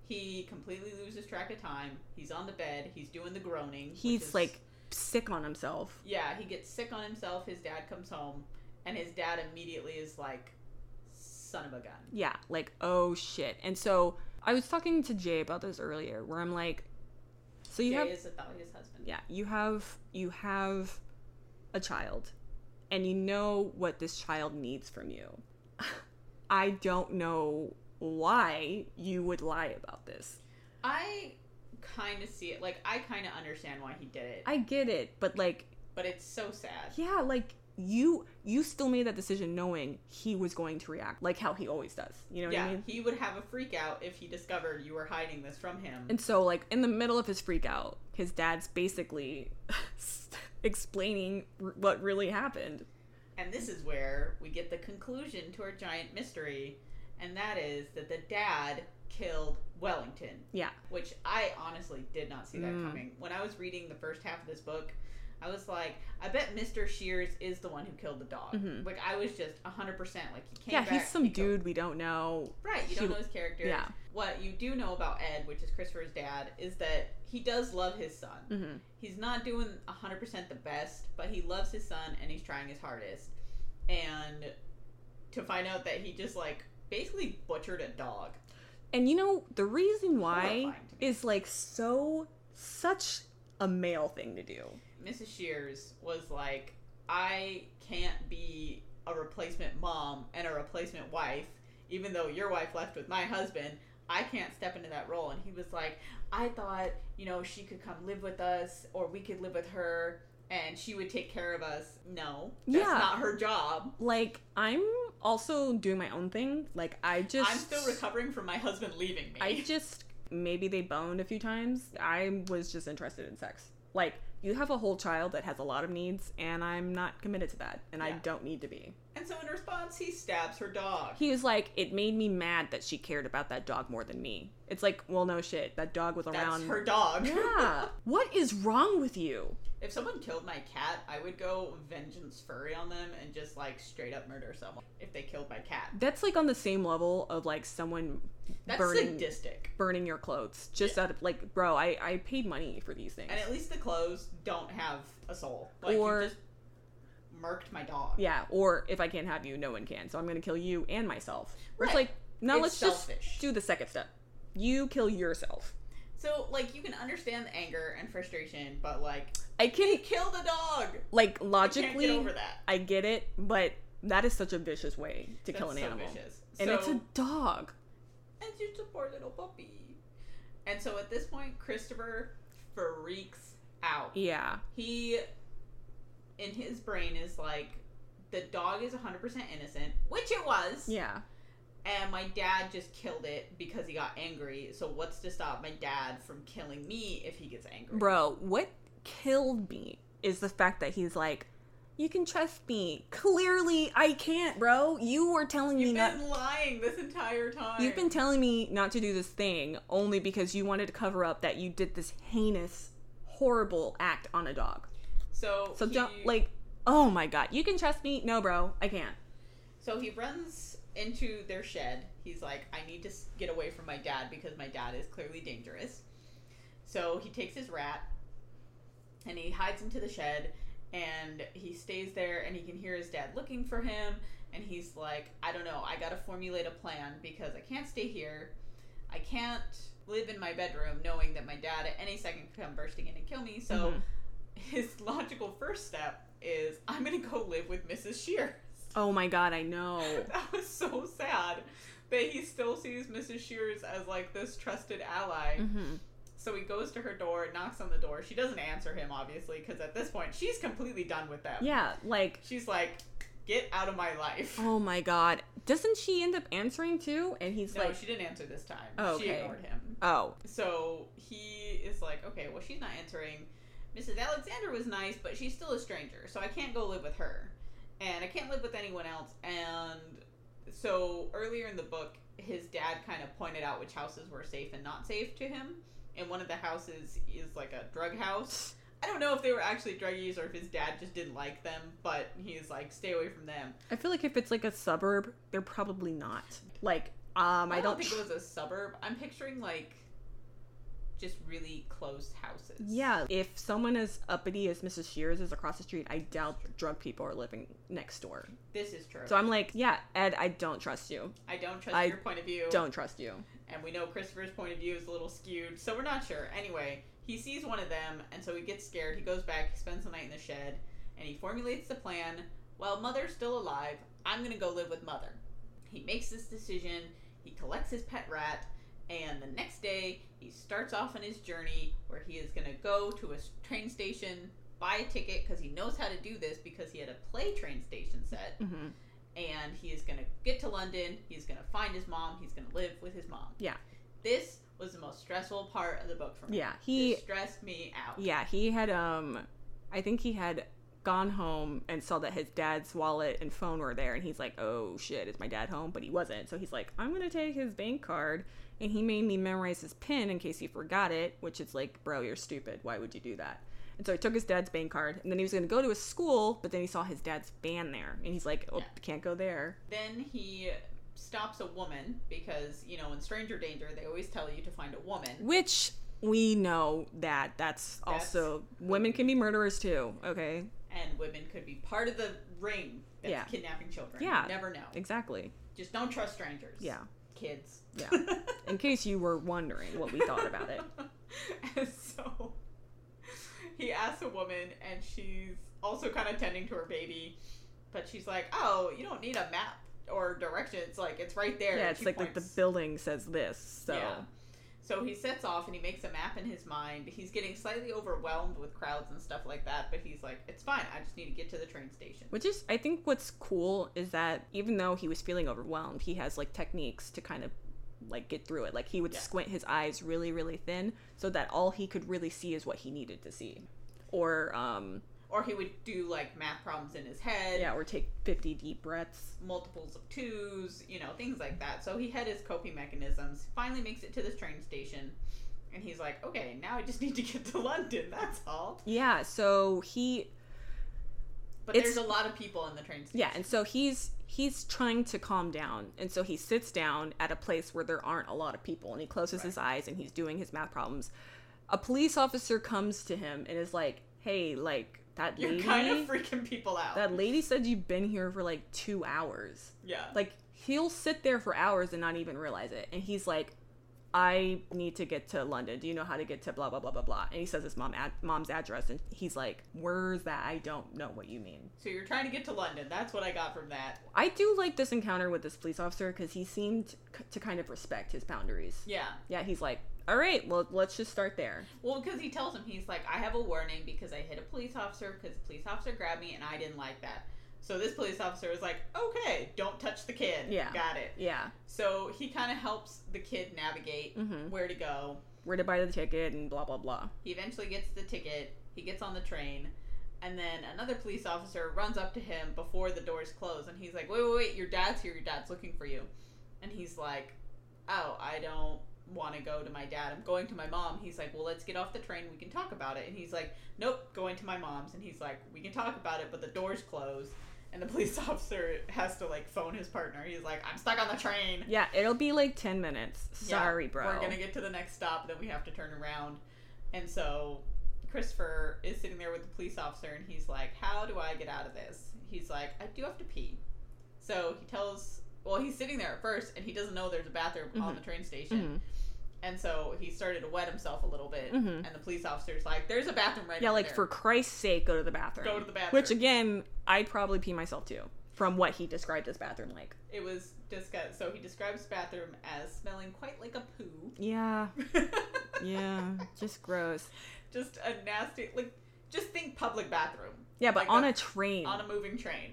He completely loses track of time. He's on the bed. He's doing the groaning. which he's is- like sick on himself. yeah, he gets sick on himself. His dad comes home, and his dad immediately is like, son of a gun. Yeah, like oh shit. And so I was talking to Jay about this earlier, where I'm like, so you Jay have is Athalia's husband. yeah, you have you have a child, and you know what this child needs from you. I don't know why you would lie about this. I kind of see it. Like, I kind of understand why he did it, I get it, but like but it's so sad. yeah, like you you still made that decision knowing he was going to react like how he always does. You know what yeah, I mean? he would have a freak out if he discovered you were hiding this from him. And so, like, in the middle of his freak out, his dad's basically explaining r- what really happened. And this is where we get the conclusion to our giant mystery, and that is that the dad killed Wellington. Yeah. Which I honestly did not see that Mm. coming. When I was reading the first half of this book, I was like, I bet Mr. Shears is the one who killed the dog. Mhm. Like, I was just 100% like, he came yeah, back. he's some he killed- dude we don't know. Right, you he- don't know his character. Yeah. What you do know about Ed, which is Christopher's dad, is that he does love his son Mm-hmm. he's not doing 100% the best, but he loves his son and he's trying his hardest. And to find out that he just like basically butchered a dog. And you know, the reason why Horrifying to me. is like so, such a male thing to do. Mrs. Shears was like, I can't be a replacement mom and a replacement wife, even though your wife left with my husband. I can't step into that role. And he was like, I thought, you know, she could come live with us or we could live with her and she would take care of us. No, that's Yeah. not her job. Like, I'm also doing my own thing. Like, I just. I'm still recovering from my husband leaving me. I just maybe they boned a few times. I was just interested in sex. Like you have a whole child that has a lot of needs, and I'm not committed to that, and I Yeah. don't need to be. and so in response, he stabs her dog. He was like, it made me mad that she cared about that dog more than me. It's like, well, no shit, that dog was That's around. her dog. yeah. What is wrong with you? if someone killed my cat, I would go vengeance furry on them and just like straight up murder someone if they killed my cat. That's like on the same level of like someone That's burning sadistic. burning your clothes just out of like, bro, I I paid money for these things. And at least the clothes don't have a soul. Like Or- you just murked my dog. Yeah, or if I can't have you, no one can. So I'm gonna kill you and myself. Where It's Right. like now It's let's selfish. just do the second step. You kill yourself. So like you can understand the anger and frustration, but like I can kill the dog. like I can't get logically over that. I get it, but that is such a vicious way to kill an That's so animal. vicious. And so, it's a dog. And she's a poor little puppy. And so at this point, Christopher freaks out. Yeah. He, in his brain, is like, the dog is 100% innocent, which it was. Yeah. And my dad just killed it because he got angry. So what's to stop my dad from killing me if he gets angry? Bro, what killed me is the fact that he's like, You can trust me. Clearly, I can't, bro. You were telling You've me not. been lying this entire time. You've been telling me not to do this thing only because you wanted to cover up that you did this heinous, horrible act on a dog. so So he- don't like. Oh my god, you can trust me? No, bro, I can't. So he runs into their shed. He's like, I need to s- get away from my dad because my dad is clearly dangerous. So he takes his rat and he hides into the shed and he stays there and he can hear his dad looking for him. And he's like, I don't know, I gotta formulate a plan because I can't stay here. I can't live in my bedroom knowing that my dad at any second could come bursting in and kill me. So Mhm. his logical first step is, I'm gonna go live with Mrs. Shears. Oh my god, I know. That was so sad that he still sees Mrs. Shears as like this trusted ally. hmm So he goes to her door, knocks on the door. She doesn't answer him, obviously, because at this point she's completely done with them. Yeah, like. She's like, get out of my life. Oh my god. Doesn't she end up answering too? And he's no, like, she didn't answer this time. Oh, She okay. ignored him. oh, So he is like, okay, well, she's not answering. Mrs. Alexander was nice, but she's still a stranger, so I can't go live with her. And I can't live with anyone else. And so earlier in the book, his dad kind of pointed out which houses were safe and not safe to him. And one of the houses is like a drug house. I don't know if they were actually druggies or if his dad just didn't like them, but he's like, stay away from them. I feel like if it's like a suburb, they're probably not. Like, um, I, I don't. don't think it was a suburb. I'm picturing like just really close houses. yeah, if someone as uppity as Mrs. Shears is across the street, I doubt drug people are living next door. This is true. So I'm like, yeah, Ed, I don't trust you. I don't trust I your point of view. Don't trust you. And we know Christopher's point of view is a little skewed, so we're not sure. Anyway, he sees one of them, and so he gets scared. He goes back, he spends the night in the shed, and he formulates the plan. While Mother's still alive, I'm gonna go live with Mother. He makes this decision, he collects his pet rat, and the next day, he starts off on his journey where he is gonna go to a s- train station, buy a ticket, because he knows how to do this because he had a play train station set hmm and he is going to get to London. He's going to find his mom. He's going to live with his mom. Yeah. This was the most stressful part of the book for me. Yeah, he. It stressed me out. Yeah, he had. Um, I think he had gone home and saw that his dad's wallet and phone were there, and he's like, "Oh shit, is my dad home?" But he wasn't. So he's like, "I'm gonna take his bank card," and he made me memorize his PIN in case he forgot it, which is like, "Bro, you're stupid. Why would you do that?" And so he took his dad's bank card, and then he was gonna go to his school, but then he saw his dad's van there, and he's like, "Oh, Yeah. can't go there." Then he stops a woman because, you know, in Stranger Danger, they always tell you to find a woman. Which we know that that's, That's- also women can be murderers too. Okay, And women could be part of the ring that's Yeah. kidnapping children. Yeah. You never know. exactly. Just don't trust strangers. Yeah. Kids. Yeah. in case you were wondering what we thought about it. and so he asks a woman, and she's also kind of tending to her baby, but she's like, "Oh, you don't need a map or directions. Like it's right there." Yeah, and it's she like the, the points. building says this, so Yeah. So he sets off and he makes a map in his mind. He's getting slightly overwhelmed with crowds and stuff like that, but he's like, "It's fine. I just need to get to the train station." which is I think what's cool is that even though he was feeling overwhelmed, he has like techniques to kind of like get through it. Like he would Yeah. squint his eyes really, really thin so that all he could really see is what he needed to see. Or um Or he would do like math problems in his head. yeah, or take fifty deep breaths. multiples of twos, you know, things like that. So he had his coping mechanisms. Finally makes it to this train station and he's like, "Okay, now I just need to get to London. That's all." Yeah, so he But It's- there's a lot of people in the train station. Yeah, and so he's he's trying to calm down, and so he sits down at a place where there aren't a lot of people, and he closes his eyes and he's doing his math problems. A police officer comes to him and is like, "Hey, like that You're lady, kind of freaking people out. that lady said you've been here for like two hours. yeah. Like he'll sit there for hours and not even realize it." And he's like, "I need to get to London. Do you know how to get to blah blah blah blah blah?" And he says his mom ad- mom's address, and he's like, "Where's that? I don't know what you mean." so you're trying to get to London. That's what I got from that. I do like this encounter with this police officer because he seemed c- to kind of respect his boundaries. Yeah. Yeah, he's like, all right, well, let's just start there. Well, because he tells him he's like, "I have a warning because I hit a police officer because the police officer grabbed me and I didn't like that." So this police officer is like, "Okay, don't touch the kid." Yeah. Got it. Yeah. So he kind of helps the kid navigate Mm-hmm. where to go. Where to buy the ticket and blah, blah, blah. He eventually gets the ticket. He gets on the train, And then another police officer runs up to him before the doors close, and he's like, "Wait, wait, wait! Your dad's here. Your dad's looking for you." And he's like, "Oh, I don't want to go to my dad. I'm going to my mom." He's like, "Well, let's get off the train. We can talk about it." And he's like, "Nope, going to my mom's." And he's like, "We can talk about it, but the doors close." And the police officer has to like phone his partner. He's like, "I'm stuck on the train." Yeah, it'll be like 10 minutes. Yeah, Sorry, bro. We're gonna get to the next stop, then we have to turn around. And so Christopher is sitting there with the police officer and he's like, How do I get out of this? He's like, I do have to pee. So he tells well, he's sitting there at first and he doesn't know there's a bathroom on Mhm. the train station. And so he started to wet himself a little bit Mhm. and the police officer's like, There's a bathroom right Yeah, over like there. for Christ's sake, go to the bathroom. go to the bathroom. Which again, I'd probably pee myself too, from what he described as bathroom like. it was discussed so he describes bathroom as smelling quite like a poo. Yeah, yeah, just gross. just a nasty like just think public bathroom. Yeah, but Like on a train. on a moving train.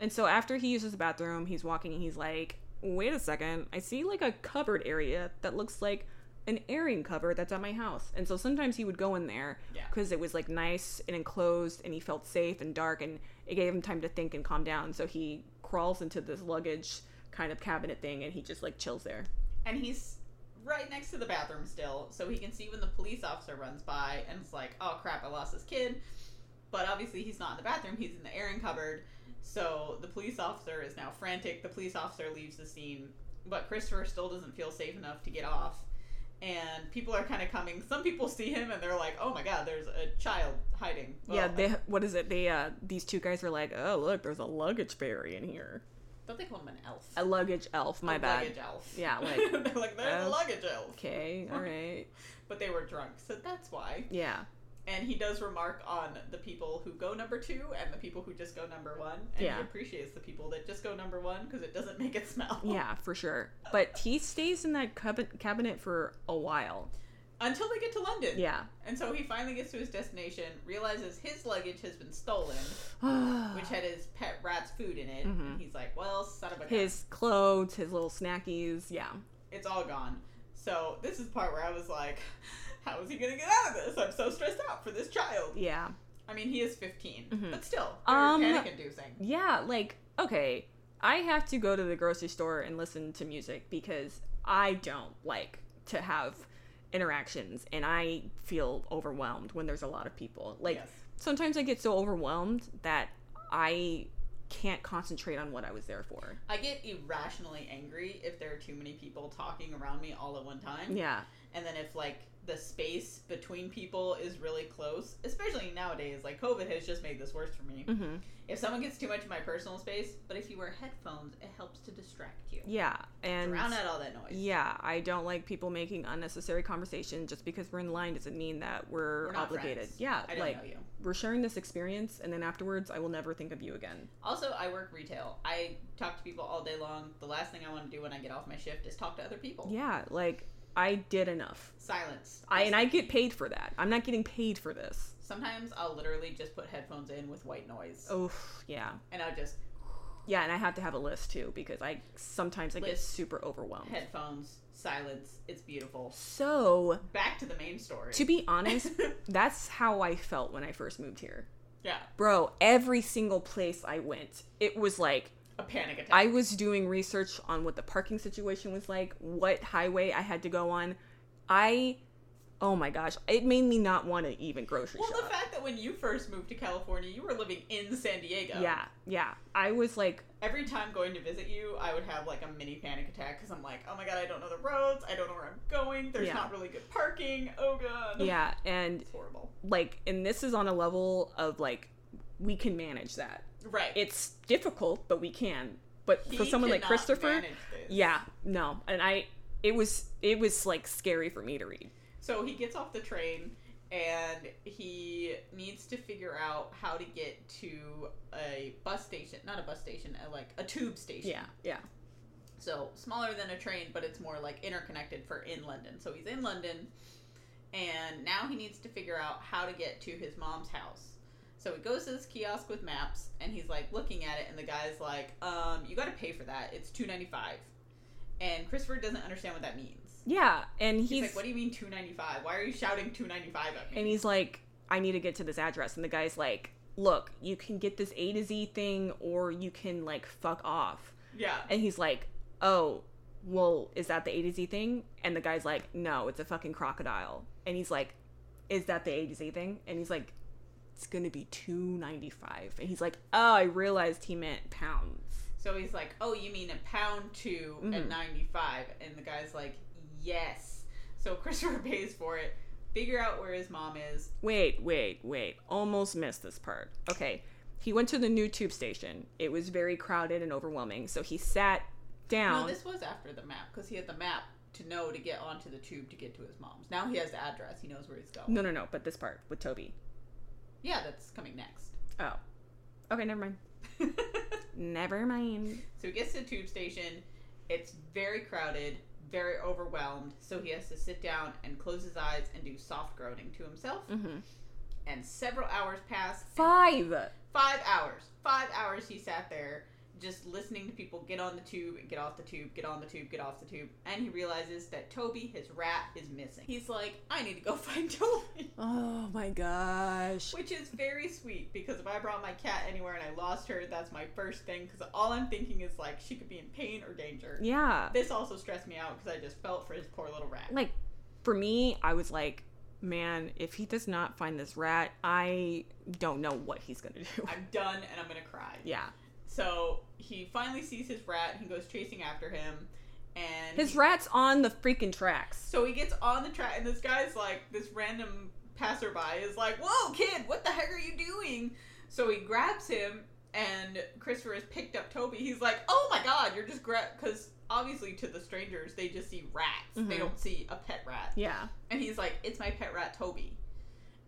and so after he uses the bathroom, he's walking and he's like, "Wait a second, I see like a cupboard area that looks like an airing cupboard that's at my house." And so sometimes he would go in there Yeah. because it was like nice and enclosed, and he felt safe and dark, and it gave him time to think and calm down. So he crawls into this luggage kind of cabinet thing, and he just like chills there. And he's right next to the bathroom still, so he can see when the police officer runs by and it's like, oh crap, I lost this kid. But obviously, he's not in the bathroom, he's in the airing cupboard. So the police officer is now frantic. The police officer leaves the scene, but Christopher still doesn't feel safe enough to get off. And people are kind of coming. Some people see him and they're like, oh my god, there's a child hiding. Well, yeah, they what is it? They uh these two guys were like, "Oh, look, there's a luggage fairy in here." don't they call him an elf? A luggage elf, my A bad. Luggage elf. Yeah, like- they're like, there's a elf. luggage elf. Okay, all right. But they were drunk, so that's why. Yeah. And he does remark on the people who go number two and the people who just go number one. And Yeah. he appreciates the people that just go number one because it doesn't make it smell. Yeah, for sure. But he stays in that cub- cabinet for a while. Until they get to London. Yeah. And so he finally gets to his destination, realizes his luggage has been stolen, which had his pet rat's food in it. Mhm. And he's like, well, son of a gun. his clothes, his little snackies, yeah. It's all gone. So this is the part where I was like, how is he going to get out of this? I'm so stressed out for this child. Yeah. I mean, he is 15, Mhm. but still, Um, panic inducing. Yeah, like okay, I have to go to the grocery store and listen to music because I don't like to have interactions and I feel overwhelmed when there's a lot of people. Like Yes. sometimes I get so overwhelmed that I can't concentrate on what I was there for. I get irrationally angry if there are too many people talking around me all at one time. Yeah. And then if like the space between people is really close, especially nowadays, like COVID has just made this worse for me. hmm If someone gets too much of my personal space, but if you wear headphones, it helps to distract you. Yeah, and Drown out all that noise. yeah, I don't like people making unnecessary conversation just because we're in line doesn't mean that we're, We're not obligated. friends. Yeah, I don't like know you. we're sharing this experience and then afterwards I will never think of you again. Also, I work retail. I talk to people all day long. The last thing I want to do when I get off my shift is talk to other people. Yeah, like I did enough. Silence. I and I get paid for that. I'm not getting paid for this. Sometimes I'll literally just put headphones in with white noise. Oh yeah, And I'll just yeah, and I have to have a list too because I sometimes I get List. super overwhelmed. headphones, silence. It's beautiful. So Back to the main story. to be honest, that's how I felt when I first moved here, yeah, bro. Every single place I went, it was like a panic attack. I was doing research on what the parking situation was like, what highway I had to go on. I, oh my gosh, it made me not want to even grocery well, the shop. fact that when you first moved to California, you were living in San Diego. Yeah, yeah. I was like, Every time going to visit you, I would have like a mini panic attack because I'm like, oh my god, I don't know the roads. I don't know where I'm going. There's Yeah. not really good parking. Oh god. yeah, and It's horrible. like, and this is on a level of like, we can manage that. Right. It's difficult, but we can. But He for someone like cannot Christopher, manage this. yeah, no. And I, it was, it was like scary for me to read. So he gets off the train and he needs to figure out how to get to a bus station. Not a bus station, a, like a tube station. Yeah, yeah. So smaller than a train, but it's more like interconnected for in London. So he's in London, and now he needs to figure out how to get to his mom's house. So he goes to this kiosk with maps, and he's like looking at it, and the guy's like, "Um, you got to pay for that. It's two ninety five. And Christopher doesn't understand what that means. Yeah, and He's, he's, like, "What do you mean two ninety five? Why are you shouting two ninety five at me?" and he's like, I need to get to this address. And the guy's like, look, you can get this A to Z thing or you can like fuck off. Yeah. And he's like, oh, well, is that the A to Z thing? And the guy's like, no, it's a fucking crocodile. And he's like, is that the A to Z thing? And he's like, it's gonna be two ninety five. And he's like, oh, I realized he meant pounds. So he's like, "Oh, you mean a pound 2 at Mhm. 95?" And the guy's like, "Yes." So Christopher pays for it. Figure out where his mom is. Wait, wait, wait. Almost missed this part. Okay. He went to the new tube station. It was very crowded and overwhelming, so he sat down. No, this was after the map because he had the map to know to get onto the tube to get to his mom's. Now he has the address. He knows where he's going. no, no, no, but this part with Toby. Yeah, that's coming next. Oh. Okay, never mind. so Never mind. he gets to the tube station. It's very crowded, very overwhelmed. So he has to sit down and close his eyes and do soft groaning to himself. Mm-hmm. And several hours pass. and Five. Five hours. Five hours he sat there just listening to people get on the tube, get off the tube, get on the tube, get off the tube. And he realizes that Toby, his rat, is missing. He's like, I need to go find Toby. Oh my gosh. Which is very sweet because if I brought my cat anywhere and I lost her, that's my first thing because all I'm thinking is like she could be in pain or danger. Yeah. This also stressed me out because I just felt for his poor little rat. Like, for me, I was like, man, if he does not find this rat, I don't know what he's gonna do. I'm done and I'm gonna cry. yeah. So he finally sees his rat and he goes chasing after him. And His he- rat's on the freaking tracks. So he gets on the track, and this guy's like, this random passerby is like, Whoa, kid, what the heck are you doing? So he grabs him, and Christopher has picked up Toby. He's like, Oh my god, you're just grab. Because obviously, to the strangers, they just see rats, they Mhm. don't see a pet rat. Yeah. And he's like, It's my pet rat, Toby.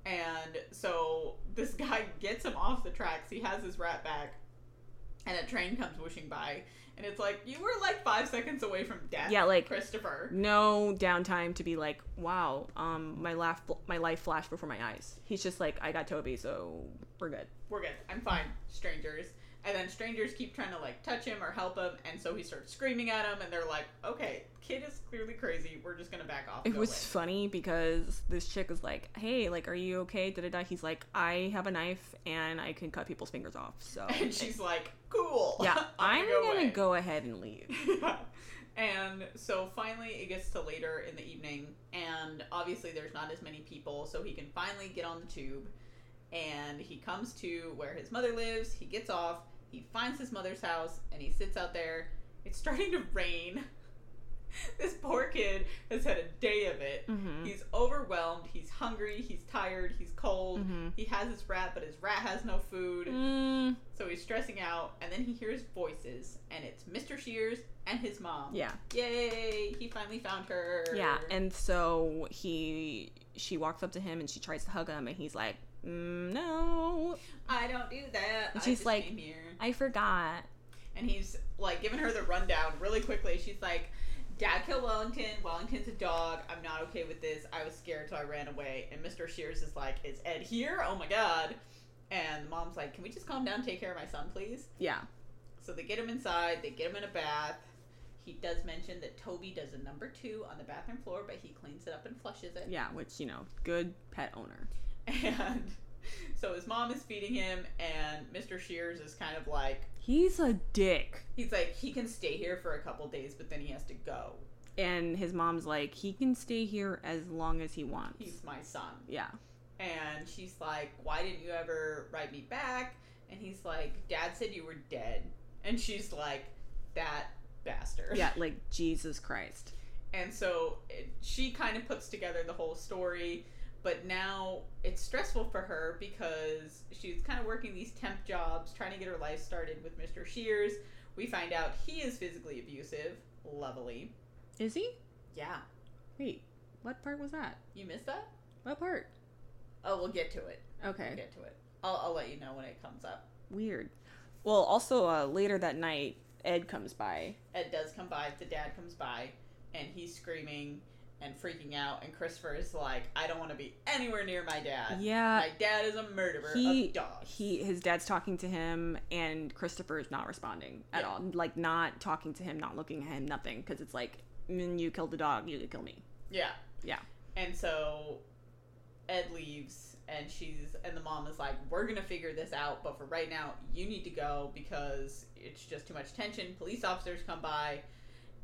And so this guy gets him off the tracks. He has his rat back, and a train comes whooshing by. And it's like, You were like five seconds away from death. Yeah, like- Christopher. No downtime to be like, wow, um, my laugh, my life flashed before my eyes. He's just like, I got Toby, so we're good. we're good. I'm fine, strangers. And then strangers keep trying to like touch him or help him, and so he starts screaming at him, and they're like, "Okay, kid is clearly crazy. We're just gonna back off." It go was away." funny because this chick is like, hey, like, are you okay? Da da da. He's like, I have a knife and I can cut people's fingers off. So and she's like, "Cool, yeah, I'm gonna away." go ahead and leave. and so finally, it gets to later in the evening, and obviously there's not as many people, so he can finally get on the tube, and he comes to where his mother lives. He gets off. He finds his mother's house, and he sits out there. It's starting to rain. this poor kid has had a day of it. Mm-hmm. He's overwhelmed. He's hungry. He's tired. He's cold. Mm-hmm. He has his rat, but his rat has no food. Mm, So he's stressing out, and then he hears voices, and it's Mr. Shears and his mom. yeah, Yay! He finally found her. yeah. And so he, she walks up to him and she tries to hug him, and he's like, mm, no, I don't do that. And I she's just like- came here. I forgot. And he's like giving her the rundown really quickly. She's like, Dad killed Wellington. Wellington's a dog. I'm not okay with this. I was scared, so I ran away. And Mr. Shears is like, Is Ed here? Oh my god. And the mom's like, Can we just calm down and take care of my son, please? Yeah. So they get him inside, they get him in a bath. He does mention that Toby does a number two on the bathroom floor, but he cleans it up and flushes it. Yeah, which, you know, good pet owner. And so his mom is feeding him, and Mr. Shears is kind of like, He's a dick. he's like, he can stay here for a couple days, but then he has to go. And his mom's like, he can stay here as long as he wants. He's my son. yeah. And she's like, why didn't you ever write me back? And he's like, Dad said you were dead. And she's like, that bastard. Yeah, like Jesus Christ. And so it, she kind of puts together the whole story, but now it's stressful for her because she's kind of working these temp jobs, trying to get her life started with Mr. Shears. We find out he is physically abusive. Lovely. Is he? Yeah. Wait, what part was that? You missed that? What part? Oh, we'll get to it. We'll Okay. get to it. I'll, I'll let you know when it comes up. Weird. Well, also, uh, later that night, Ed comes by. Ed does come by, the dad comes by, and he's screaming and freaking out, and Christopher is like, I don't want to be anywhere near my dad. Yeah. my dad is a murderer he- of dogs. He his dad's talking to him and Christopher is not responding at Yeah. all. Like not talking to him, not looking at him, nothing. Because it's like, mm, you killed the dog, you could kill me. Yeah. Yeah. And so Ed leaves and she's and the mom is like, "We're gonna figure this out, but for right now, you need to go because it's just too much tension." Police officers come by,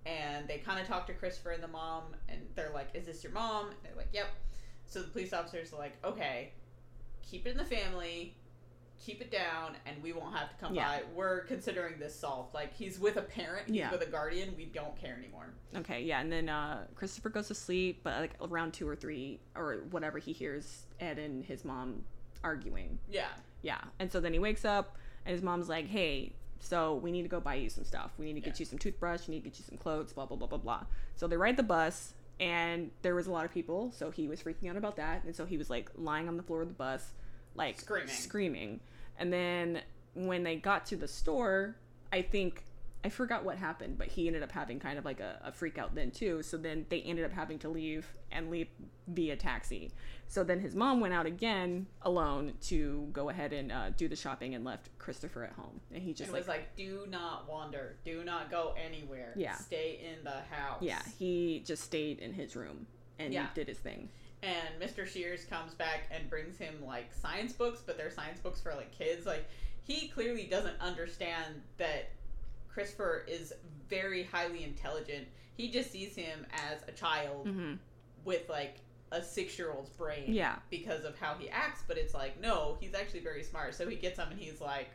and they kind of talk to Christopher and the mom, and they're like, "Is this your mom?" And they're like, "Yep." So the police officers are like, "Okay, keep it in the family." Keep it down, and we won't have to come Yeah. by. We're considering this solved. Like he's with a parent, he's Yeah. with a guardian. We don't care anymore. Okay, yeah, and then uh, Christopher goes to sleep, but like around two or three or whatever, he hears Ed and his mom arguing. Yeah, Yeah, and so then he wakes up, and his mom's like, "Hey, so we need to go buy you some stuff. We need to get Yeah. you some toothbrush. We need to get you some clothes. Blah blah blah blah blah." So they ride the bus, and there was a lot of people, so he was freaking out about that, and so he was like lying on the floor of the bus, like Screaming. screaming. And then when they got to the store, I think I forgot what happened, but he ended up having kind of like a, a freak out then too. So then they ended up having to leave and leave via taxi. So then his mom went out again alone to go ahead and uh, do the shopping and left Christopher at home. And he just it like, was like, do not wander, do not go anywhere. Yeah. stay in the house. yeah, he just stayed in his room and Yeah. did his thing. And Mr. Shears comes back and brings him like science books, but they're science books for like kids. Like he clearly doesn't understand that Christopher is very highly intelligent. He just sees him as a child hmm with like a six-year-old's brain. Yeah, because of how he acts, but it's like no, he's actually very smart. So he gets him and he's like,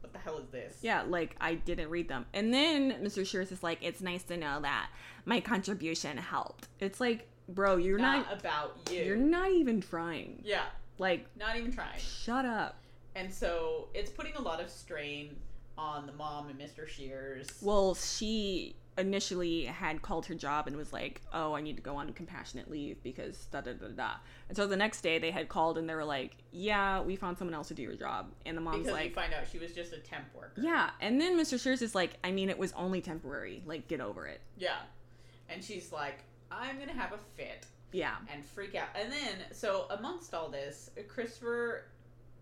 "What the hell is this?" yeah, like I didn't read them. And then Mr. Shears is like, "It's nice to know that my contribution helped." It's like, bro, you're not, not about you. You're not even trying. yeah, Like, not even trying. shut up. And so it's putting a lot of strain on the mom and Mr. Shears. Well, she initially had called her job and was like, "Oh, I need to go on compassionate leave because da da da da." And so the next day they had called and they were like, "Yeah, we found someone else to do your job." And the mom's because you like, find out she was just a temp worker. "Yeah." And then Mr. Shears is like, "I mean, it was only temporary. Like, get over it." Yeah. And she's like, I'm going to have a fit Yeah. and freak out. And then, so amongst all this, Christopher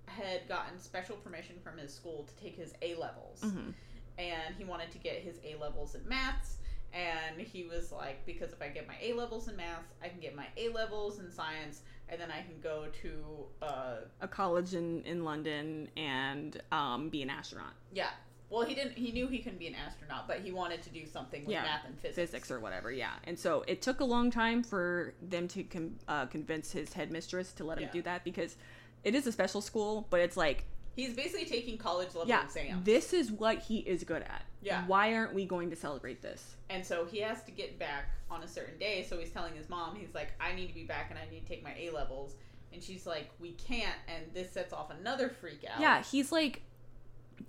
had gotten special permission from his school to take his A levels. hmm And he wanted to get his A levels in maths. And he was like, because if I get my A levels in maths, I can get my A levels in science, and then I can go to uh, A college in in London and um, be an astronaut, Yeah. Well, he didn't. He knew he couldn't be an astronaut, but he wanted to do something with Yeah. math and physics. physics or whatever. Yeah. And so it took a long time for them to com- uh, convince his headmistress to let him Yeah. do that because it is a special school, but it's like He's basically taking college level Yeah. exams, This is what he is good at. Yeah. Why aren't we going to celebrate this? and so he has to get back on a certain day. So he's telling his mom, he's like, "I need to be back, and I need to take my A levels." And she's like, "We can't," and this sets off another freak out. Yeah, he's like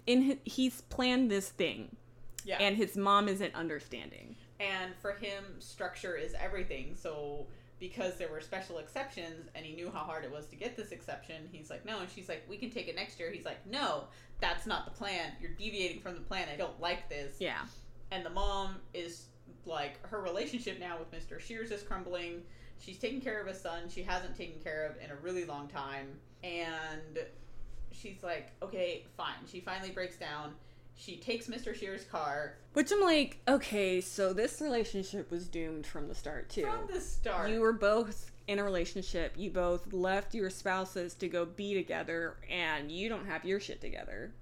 in his, he's planned this thing yeah. And, and his mom isn't understanding. for him, structure is everything. So because there were special exceptions, and he knew how hard it was to get this exception, he's like, "No." And she's like, "We can take it next year." He's like, "No, that's not the plan. You're deviating from the plan. I don't like this." Yeah. and the mom is like her relationship now with Mr. Shears is crumbling. She's taking care of a son she hasn't taken care of in a really long time, and she's like, "Okay, fine." She finally breaks down. She takes Mr. Shears' car Which I'm like, okay, so this relationship was doomed from the start too. from the start. You were both in a relationship. You both left your spouses to go be together and you don't have your shit together.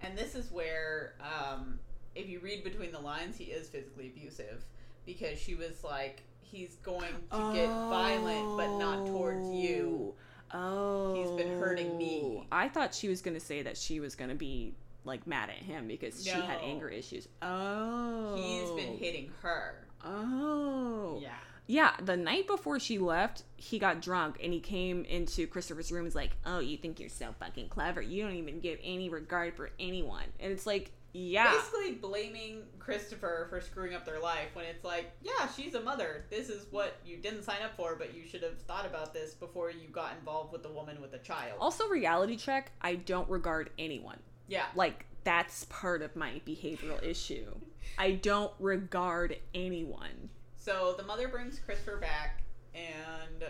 And this is where, um, if you read between the lines, he is physically abusive because she was like, "He's going to get violent, but not towards you." Oh. hurting me. I thought she was going to say that she was going to be like mad at him because she had No. anger issues. Oh. He's been hitting her. Oh. Yeah. Yeah, the night before she left, he got drunk and he came into Christopher's room and was like, "Oh, you think you're so fucking clever. You don't even give any regard for anyone." And it's like, yeah. basically blaming Christopher for screwing up their life when it's like, yeah, she's a mother. This is what you didn't sign up for, but you should have thought about this before you got involved with a woman with a child. Also reality check, I don't regard anyone. Yeah. like that's part of my behavioral issue. I don't regard anyone. So the mother brings Christopher back and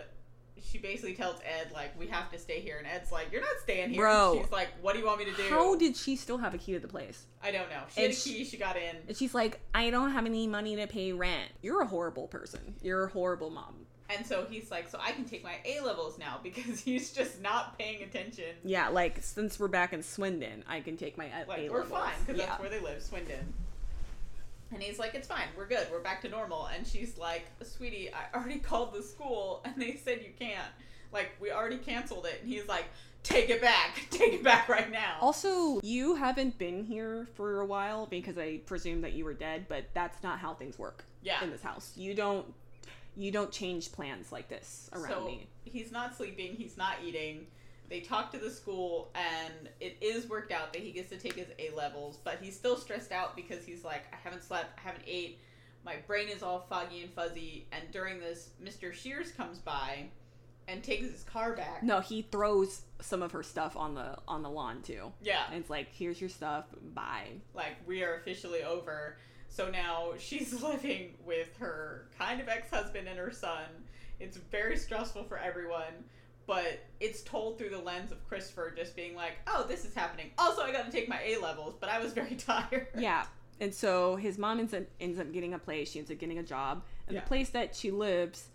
she basically tells Ed, like, we have to stay here. And Ed's like, you're not staying here. Bro. And she's like, what do you want me to do? How did she still have a key to the place? I don't know. She And had a she- key. She got in. And she's like, I don't have any money to pay rent. You're a horrible person. You're a horrible mom. And so he's like, so I can take my A levels now because he's just not paying attention. Yeah, like since we're back in Swindon, I can take my A Like A we're levels. fine because yeah. that's where they live, Swindon. And he's like, it's fine, we're good, we're back to normal. And she's like, sweetie, I already called the school and they said you can't. Like we already canceled it. And he's like, take it back, take it back right now. Also, you haven't been here for a while because I presume that you were dead, but that's not how things work yeah. in this house. You don't you don't change plans like this around so me. he's not sleeping, he's not eating. They talk to the school, and it is worked out that he gets to take his A levels, but he's still stressed out because he's like, I haven't slept, I haven't ate, my brain is all foggy and fuzzy. And during this, Mr. Shears comes by and takes his car back. No, he throws some of her stuff on the on the lawn too. Yeah, And it's like, here's your stuff, bye. like we are officially over. So now she's living with her kind of ex husband and her son. It's very stressful for everyone, but it's told through the lens of Christopher just being like, oh, this is happening. Also, I got to take my A levels, but I was very tired. Yeah. And so his mom ends up, ends up getting a place. She ends up getting a job. And Yeah. the place that she lives,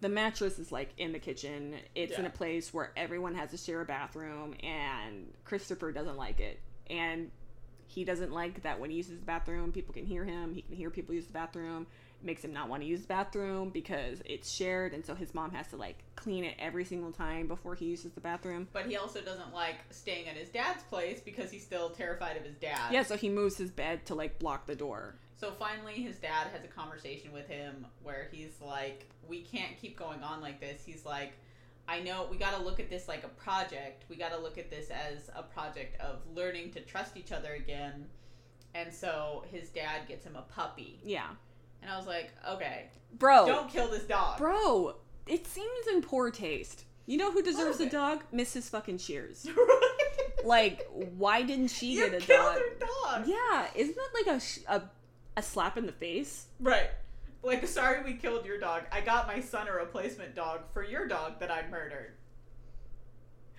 the mattress is like in the kitchen. It's in Yeah. a place where everyone has to share a bathroom. And Christopher doesn't like it. And he doesn't like that when he uses the bathroom, people can hear him. He can hear people use the bathroom. It makes him not want to use the bathroom because it's shared. And so his mom has to like clean it every single time before he uses the bathroom. But he also doesn't like staying at his dad's place because he's still terrified of his dad. Yeah, so he moves his bed to like block the door. So finally, his dad has a conversation with him where he's like, "We can't keep going on like this." He's like, "I know we got to look at this like a project. We got to look at this as a project of learning to trust each other again." And so his dad gets him a puppy, Yeah. and I was like, "Okay, Bro. don't kill this dog." Oh. Bro, it seems in poor taste. You know who deserves Little a bit. dog? Mrs. fucking Shears. Right? Like, why didn't she you get a killed dog? her dog, Yeah, isn't that like a, sh- a a slap in the face? right? Like, sorry, we killed your dog. I got my son a replacement dog for your dog that I murdered.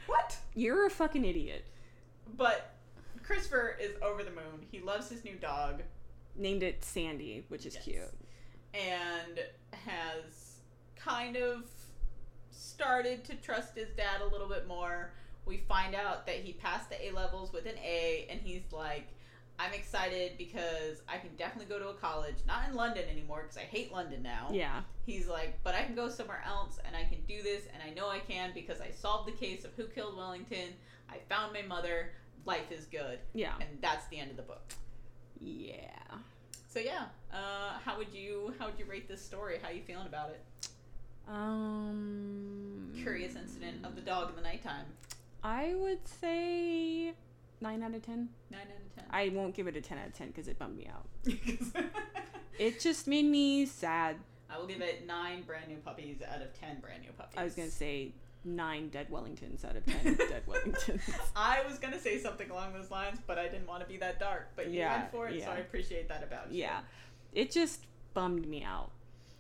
What? You're a fucking idiot. But Christopher is over the moon. He loves his new dog Named it Sandy, which is Yes. cute. and has kind of started to trust his dad a little bit more. We find out that he passed the A levels with an A, and he's like, I'm excited because I can definitely go to a college, not in London anymore because I hate London now. Yeah. He's like, but I can go somewhere else and I can do this, and I know I can because I solved the case of who killed Wellington. I found my mother. Life is good. Yeah. And that's the end of the book. Yeah. So yeah, uh, how would you how would you rate this story? How you feeling about it? Um Curious incident of the dog in the nighttime. I would say 9 out of 10. Nine out I won't give it a 10 out of 10 cuz it bummed me out. of ten. It just made me sad. I will give it nine brand new puppies out of ten brand new puppies. I was going to say 9 dead Wellingtons out of 10 dead Wellingtons. I was gonna say something along those lines, but I didn't want to be that dark. But you Yeah, went for it, so yeah. I appreciate that about you. Yeah. It just bummed me out.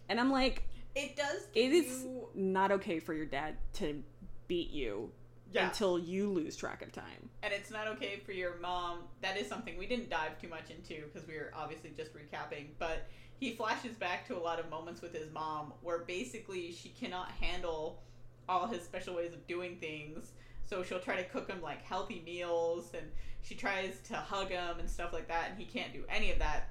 And I'm like, it does. It Give is- you- not okay for your dad to beat you yeah, until you lose track of time. and it's not okay for your mom. That is something we didn't dive too much into because we were obviously just recapping, but he flashes back to a lot of moments with his mom where basically she cannot handle all his special ways of doing things. So she'll try to cook him like healthy meals and she tries to hug him and stuff like that, and he can't do any of that.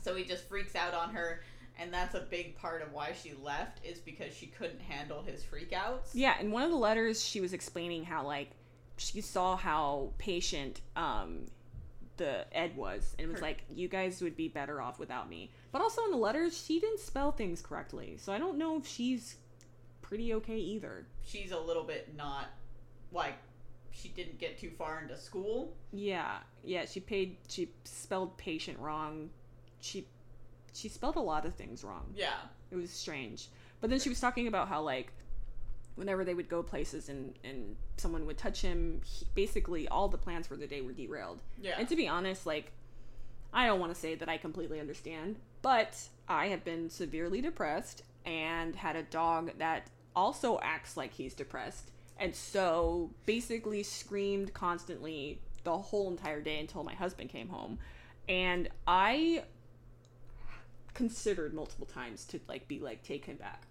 So he just freaks out on her. And that's a big part of why she left is because she couldn't handle his freakouts. Yeah, in one of the letters she was explaining how like she saw how patient um the Ed was and was Her- like, You guys would be better off without me. But also in the letters she didn't spell things correctly. So I don't know if she's pretty okay either. she's a little bit not like she didn't get too far into school. Yeah, yeah. She paid. She spelled patient wrong. She she spelled a lot of things wrong. Yeah. It was strange. But then she was talking about how like whenever they would go places and and someone would touch him, he, basically all the plans for the day were derailed. Yeah. And to be honest, like I don't want to say that I completely understand, but I have been severely depressed and had a dog that also acts like he's depressed. And so basically screamed constantly the whole entire day until my husband came home. And I considered multiple times to like be like take him back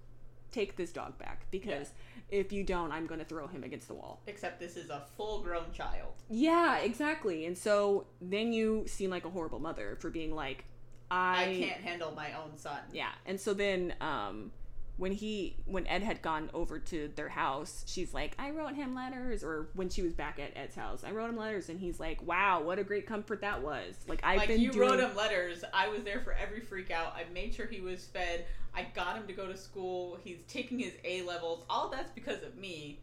take this dog back because if you don't, I'm going to throw him against the wall. Except this is a full grown child. Yeah, exactly. And so then you seem like a horrible mother for being like, I, I, can't handle my own son. Yeah. And so then um when he when Ed had gone over to their house, she's like, I wrote him letters or when she was back at Ed's house, I wrote him letters and he's like, Wow, what a great comfort that was. Like I've like been you doing wrote him letters. I was there for every freak out. I made sure he was fed. I got him to go to school. He's taking his A levels. All that's because of me.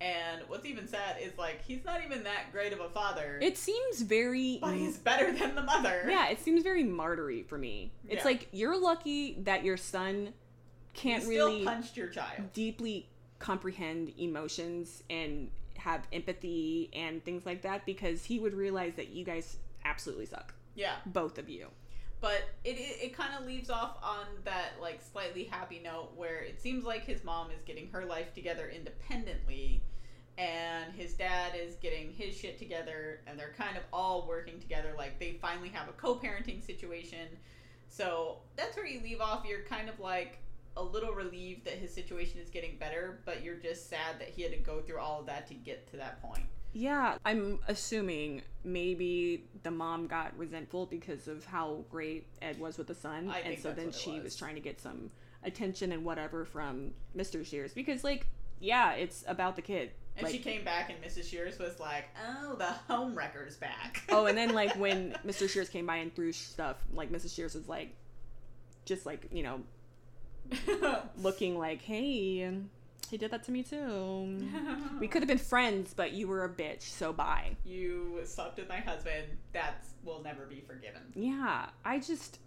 And what's even sad is like he's not even that great of a father. It seems very but he's better than the mother. Yeah, it seems very martyry for me. It's Yeah. like you're lucky that your son You can't still really punched your child. deeply comprehend emotions and have empathy and things like that because he would realize that you guys absolutely suck, Yeah. both of you. but it it, it kind of leaves off on that like slightly happy note where it seems like his mom is getting her life together independently and his dad is getting his shit together and they're kind of all working together like they finally have a co-parenting situation so that's where you leave off you're kind of like a little relieved that his situation is getting better but you're just sad that he had to go through all of that to get to that point Yeah, I'm assuming maybe the mom got resentful because of how great Ed was with the son, I and think so that's then what it she was. was. trying to get some attention and whatever from Mr. Shears because, like, yeah, it's about the kid. and like, she came back and mrs shears was like oh the home wrecker's back oh, and then like when Mr. Shears came by and threw stuff, like Mrs. Shears was like, just like you know, looking like, hey, he did that to me too. We could have been friends, but you were a bitch, so bye. You slept with my husband. That's will never be forgiven. Yeah, I just,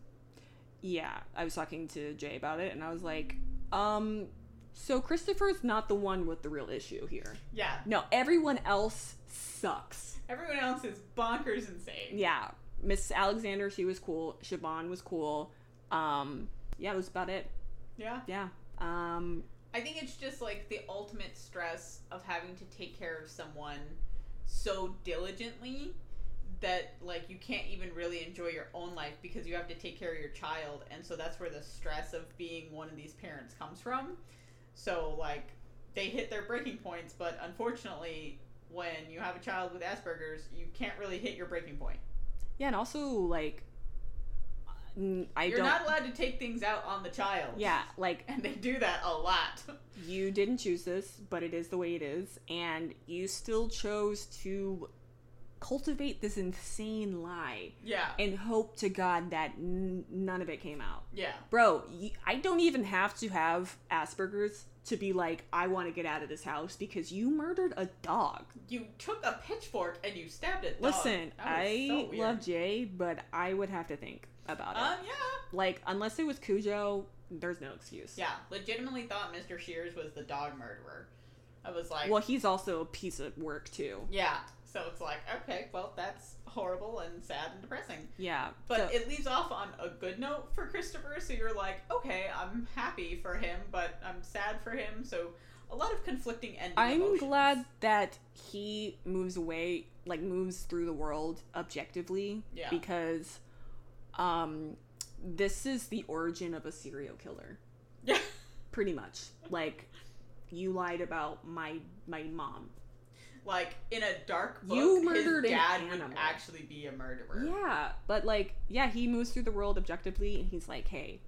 yeah, I was talking to Jay about it, and I was like, um, so Christopher's not the one with the real issue here. Yeah, No, everyone else sucks. everyone else is bonkers insane. Yeah, Miss Alexander, she was cool. Siobhan was cool. Um, yeah, that was about it. Yeah, Yeah. Um, I think it's just like the ultimate stress of having to take care of someone so diligently that like you can't even really enjoy your own life because you have to take care of your child and so that's where the stress of being one of these parents comes from. So like they hit their breaking points, but unfortunately when you have a child with Asperger's, you can't really hit your breaking point. yeah, and also like, n- I You're don't. not allowed to take things out on the child. yeah, like And they do that a lot. you didn't choose this, but it is the way it is, and you still chose to cultivate this insane lie Yeah. and hope to God that n- none of it came out. Yeah. Bro, y- I don't even have to have Asperger's to be like, I want to get out of this house because you murdered a dog. You took a pitchfork and you stabbed it. Listen, I so weird. love Jay, but I would have to think about it. Um, yeah. like, unless it was Cujo, there's no excuse. Yeah. Legitimately thought Mr. Shears was the dog murderer. I was like, Well, he's also a piece of work, too. yeah. So it's like, okay, well, that's horrible and sad and depressing. Yeah. But so- it leaves off on a good note for Christopher, so you're like, okay, I'm happy for him, but I'm sad for him. So a lot of conflicting endings. I'm glad that he moves away, like moves through the world objectively, Yeah. because um, this is the origin of a serial killer, Yeah. pretty much. Like, you lied about my my mom. like in a dark book, You murdered his an dad would animal. actually be a murderer. Yeah, but like, yeah, he moves through the world objectively, and he's like, hey.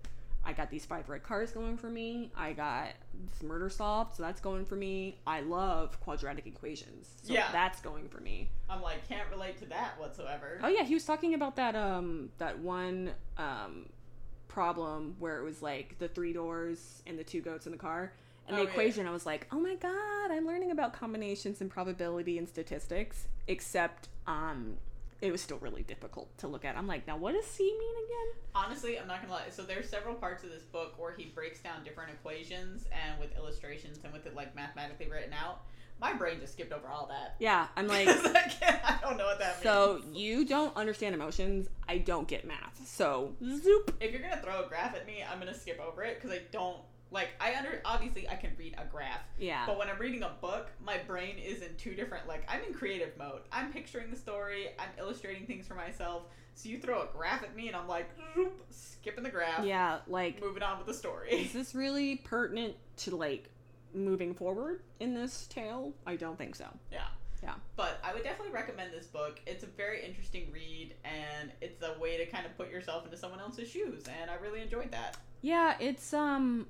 I got these five red cars going for me. I got this murder solved, so that's going for me. I love quadratic equations, so Yeah. that's going for me. I'm like, can't relate to that whatsoever. Oh yeah, he was talking about that um that one um problem where it was like the three doors and the two goats in the car. And Oh, the yeah. equation, I was like, oh my god, I'm learning about combinations and probability and statistics. Except, um, it was still really difficult to look at. I'm like, now what does C mean again? Honestly, I'm not gonna lie. So there's several parts of this book where he breaks down different equations and with illustrations and with it like mathematically written out. My brain just skipped over all that. Yeah, I'm like, 'Cause I, can't- I don't know what that means. so you don't understand emotions. I don't get math. So zoop. If you're gonna throw a graph at me, I'm gonna skip over it because I don't like. I under obviously I can read a graph, Yeah. But when I'm reading a book, my brain is in two different like I'm in creative mode. I'm picturing the story, I'm illustrating things for myself. So you throw a graph at me, and I'm like, zoop, skipping the graph, Yeah, like moving on with the story. is this really pertinent to like moving forward in this tale? I don't think so. yeah. Yeah. But I would definitely recommend this book. It's a very interesting read, and it's a way to kind of put yourself into someone else's shoes, and I really enjoyed that. Yeah, it's um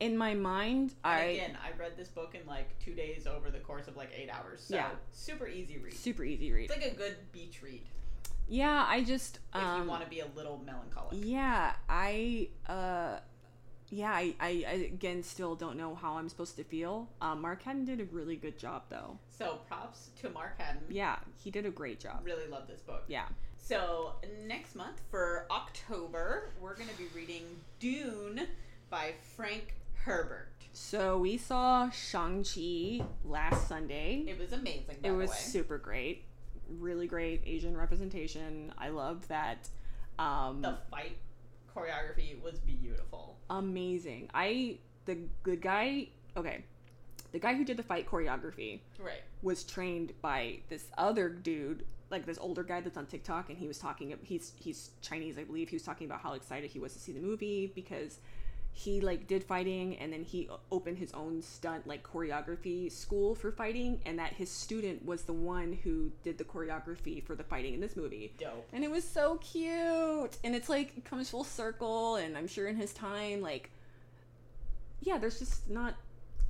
in my mind And I again, I read this book in like two days over the course of like eight hours. So Yeah. super easy read. super easy read. It's like a good beach read Yeah, I just if um you want to be a little melancholic. Yeah, I uh yeah, I, I, I again still don't know how I'm supposed to feel. Um, Mark Haddon did a really good job though. So props to Mark Haddon. Yeah, he did a great job. Really love this book. Yeah. So next month for October, we're going to be reading Dune by Frank Herbert. So we saw Shang-Chi last Sunday. It was amazing. By It was the way. super great. Really great Asian representation. I love that. Um the fight choreography was beautiful. amazing. I the good guy, okay. The guy who did the fight choreography Right. was trained by this other dude, like this older guy that's on TikTok, and he was talking. He's he's Chinese, I believe. He was talking about how excited he was to see the movie because he like did fighting, and then he o- opened his own stunt like choreography school for fighting, and that his student was the one who did the choreography for the fighting in this movie. Dope. And it was so cute. And it's like it comes full circle and I'm sure in his time like yeah, there's just not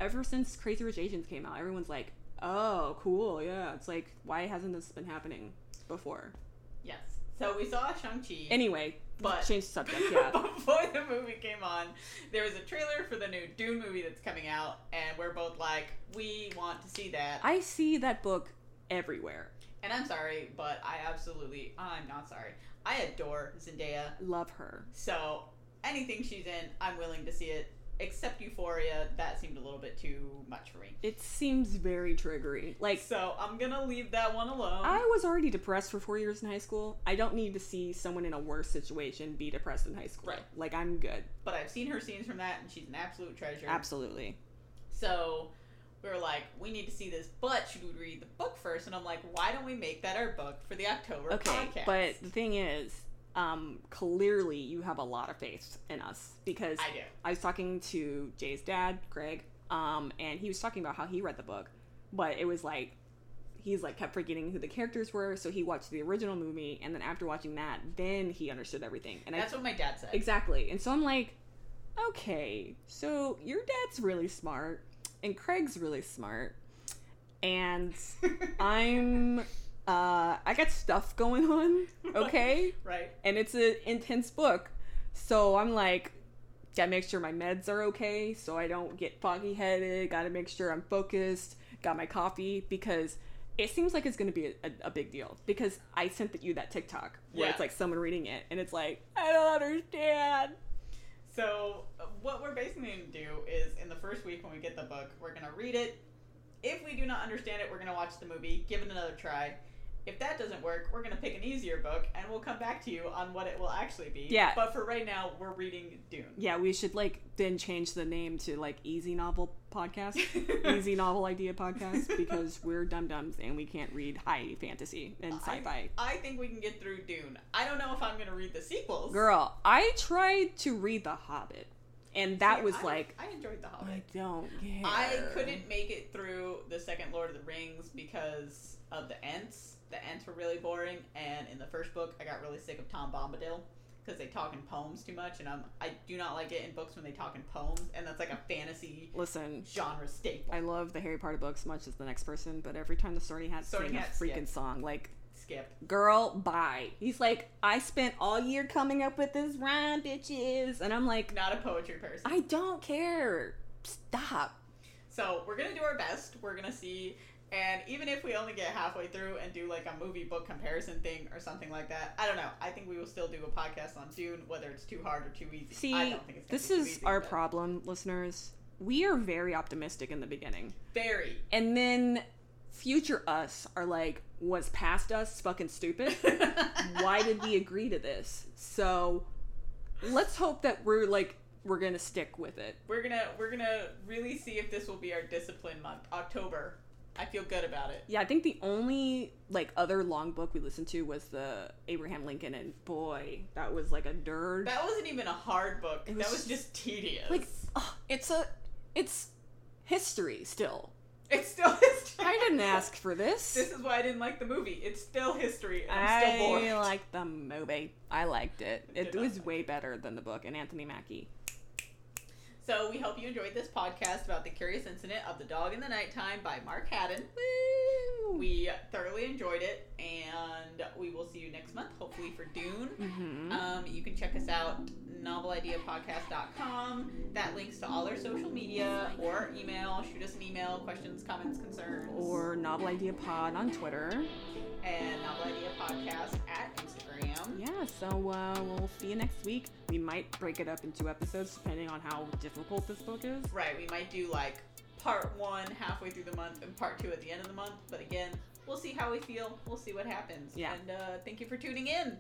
ever since Crazy Rich Asians came out, everyone's like, "Oh, cool. Yeah." It's like why hasn't this been happening before? Yes. So we saw Shang-Chi. Anyway, But- change the subject, yeah. Before the movie came on, there was a trailer for the new Dune movie that's coming out, and we're both like, we want to see that. I see that book everywhere. and I'm sorry, but I absolutely, I'm not sorry. I adore Zendaya, Love her. so anything she's in, I'm willing to see it. Except Euphoria, that seemed a little bit too much for me. It seems very triggery. Like So I'm gonna leave that one alone. I was already depressed for four years in high school. I don't need to see someone in a worse situation be depressed in high school. Right. Like I'm good. but I've seen her scenes from that, and she's an absolute treasure. Absolutely. So we were like, we need to see this, but should we read the book first? And I'm like, why don't we make that our book for the October okay podcast? but the thing is um clearly you have a lot of faith in us because I do. I was talking to Jay's dad, Greg, um, and he was talking about how he read the book, but it was like he's like kept forgetting who the characters were, so he watched the original movie, and then after watching that, then he understood everything. And That's I what my dad said. exactly, and so I'm like, okay, so your dad's really smart, and Craig's really smart, and I'm uh I got stuff going on, okay? right. and it's an intense book. So I'm like gotta make sure my meds are okay so I don't get foggy headed, gotta make sure I'm focused, got my coffee because it seems like it's gonna be a, a, a big deal because I sent that- you that TikTok where Yeah. it's like someone reading it and it's like, I don't understand. So uh, what we're basically going to do is in the first week when we get the book, we're going to read it. If we do not understand it, we're going to watch the movie, give it another try. If that doesn't work, we're going to pick an easier book and we'll come back to you on what it will actually be. Yeah. But for right now, we're reading Dune. Yeah, we should like then change the name to like Easy Novel Podcast, Easy Novel Idea Podcast because we're dum dums and we can't read high fantasy and sci fi. I think we can get through Dune. I don't know if I'm going to read the sequels. Girl, I tried to read The Hobbit, and that See, was I- like, I enjoyed The I Hobbit. don't care. I couldn't make it through the second Lord of the Rings because of the Ents. The Ents were really boring, and in the first book, I got really sick of Tom Bombadil because they talk in poems too much, and I'm, I do not like it in books when they talk in poems, and that's like a fantasy Listen, genre staple. I love the Harry Potter books much as the next person, but every time the Sorting Hat Sorting sang a Hat, freaking skip. song, like, Skip. girl, bye. He's like, I spent all year coming up with this rhyme, bitches. And I'm like, Not a poetry person. I don't care. Stop. So we're gonna do our best. We're gonna see, and even if we only get halfway through and do like a movie book comparison thing or something like that, I don't know. I think we will still do a podcast on Dune, whether it's too hard or too easy. I See, don't think it's gonna this be too is easy, our but problem, listeners. We are very optimistic in the beginning. Very. And then future us are like, was past us fucking stupid? Why did we agree to this? So let's hope that we're like, we're gonna stick with it. We're gonna we're gonna really see if this will be our discipline month. October I feel good about it. Yeah, I think the only like other long book we listened to was the Abraham Lincoln, and boy, that was like a nerd. That wasn't even a hard book. It that was was just tedious. like, ugh, it's a, it's history still. it's still history. I didn't ask for this. This is why I didn't like the movie. It's still history, and I'm still bored. I like the movie. I liked it. Did It not was way better than the book. And Anthony Mackie. So we hope you enjoyed this podcast about the curious incident of the dog in the nighttime by Mark Haddon. We thoroughly enjoyed it, and we will see you next month, hopefully for Dune. hmm Um, you can check us out, novelideapodcast.com. That links to all our social media or email. Shoot us an email, questions, comments, concerns. or Novel Idea Pod on Twitter. and Novel Idea Podcast at Instagram. Yeah, so uh, we'll see you next week. We might break it up into episodes depending on how difficult this book is. Right, we might do like part one halfway through the month and part two at the end of the month. But again, we'll see how we feel. We'll see what happens. Yeah. And uh, thank you for tuning in.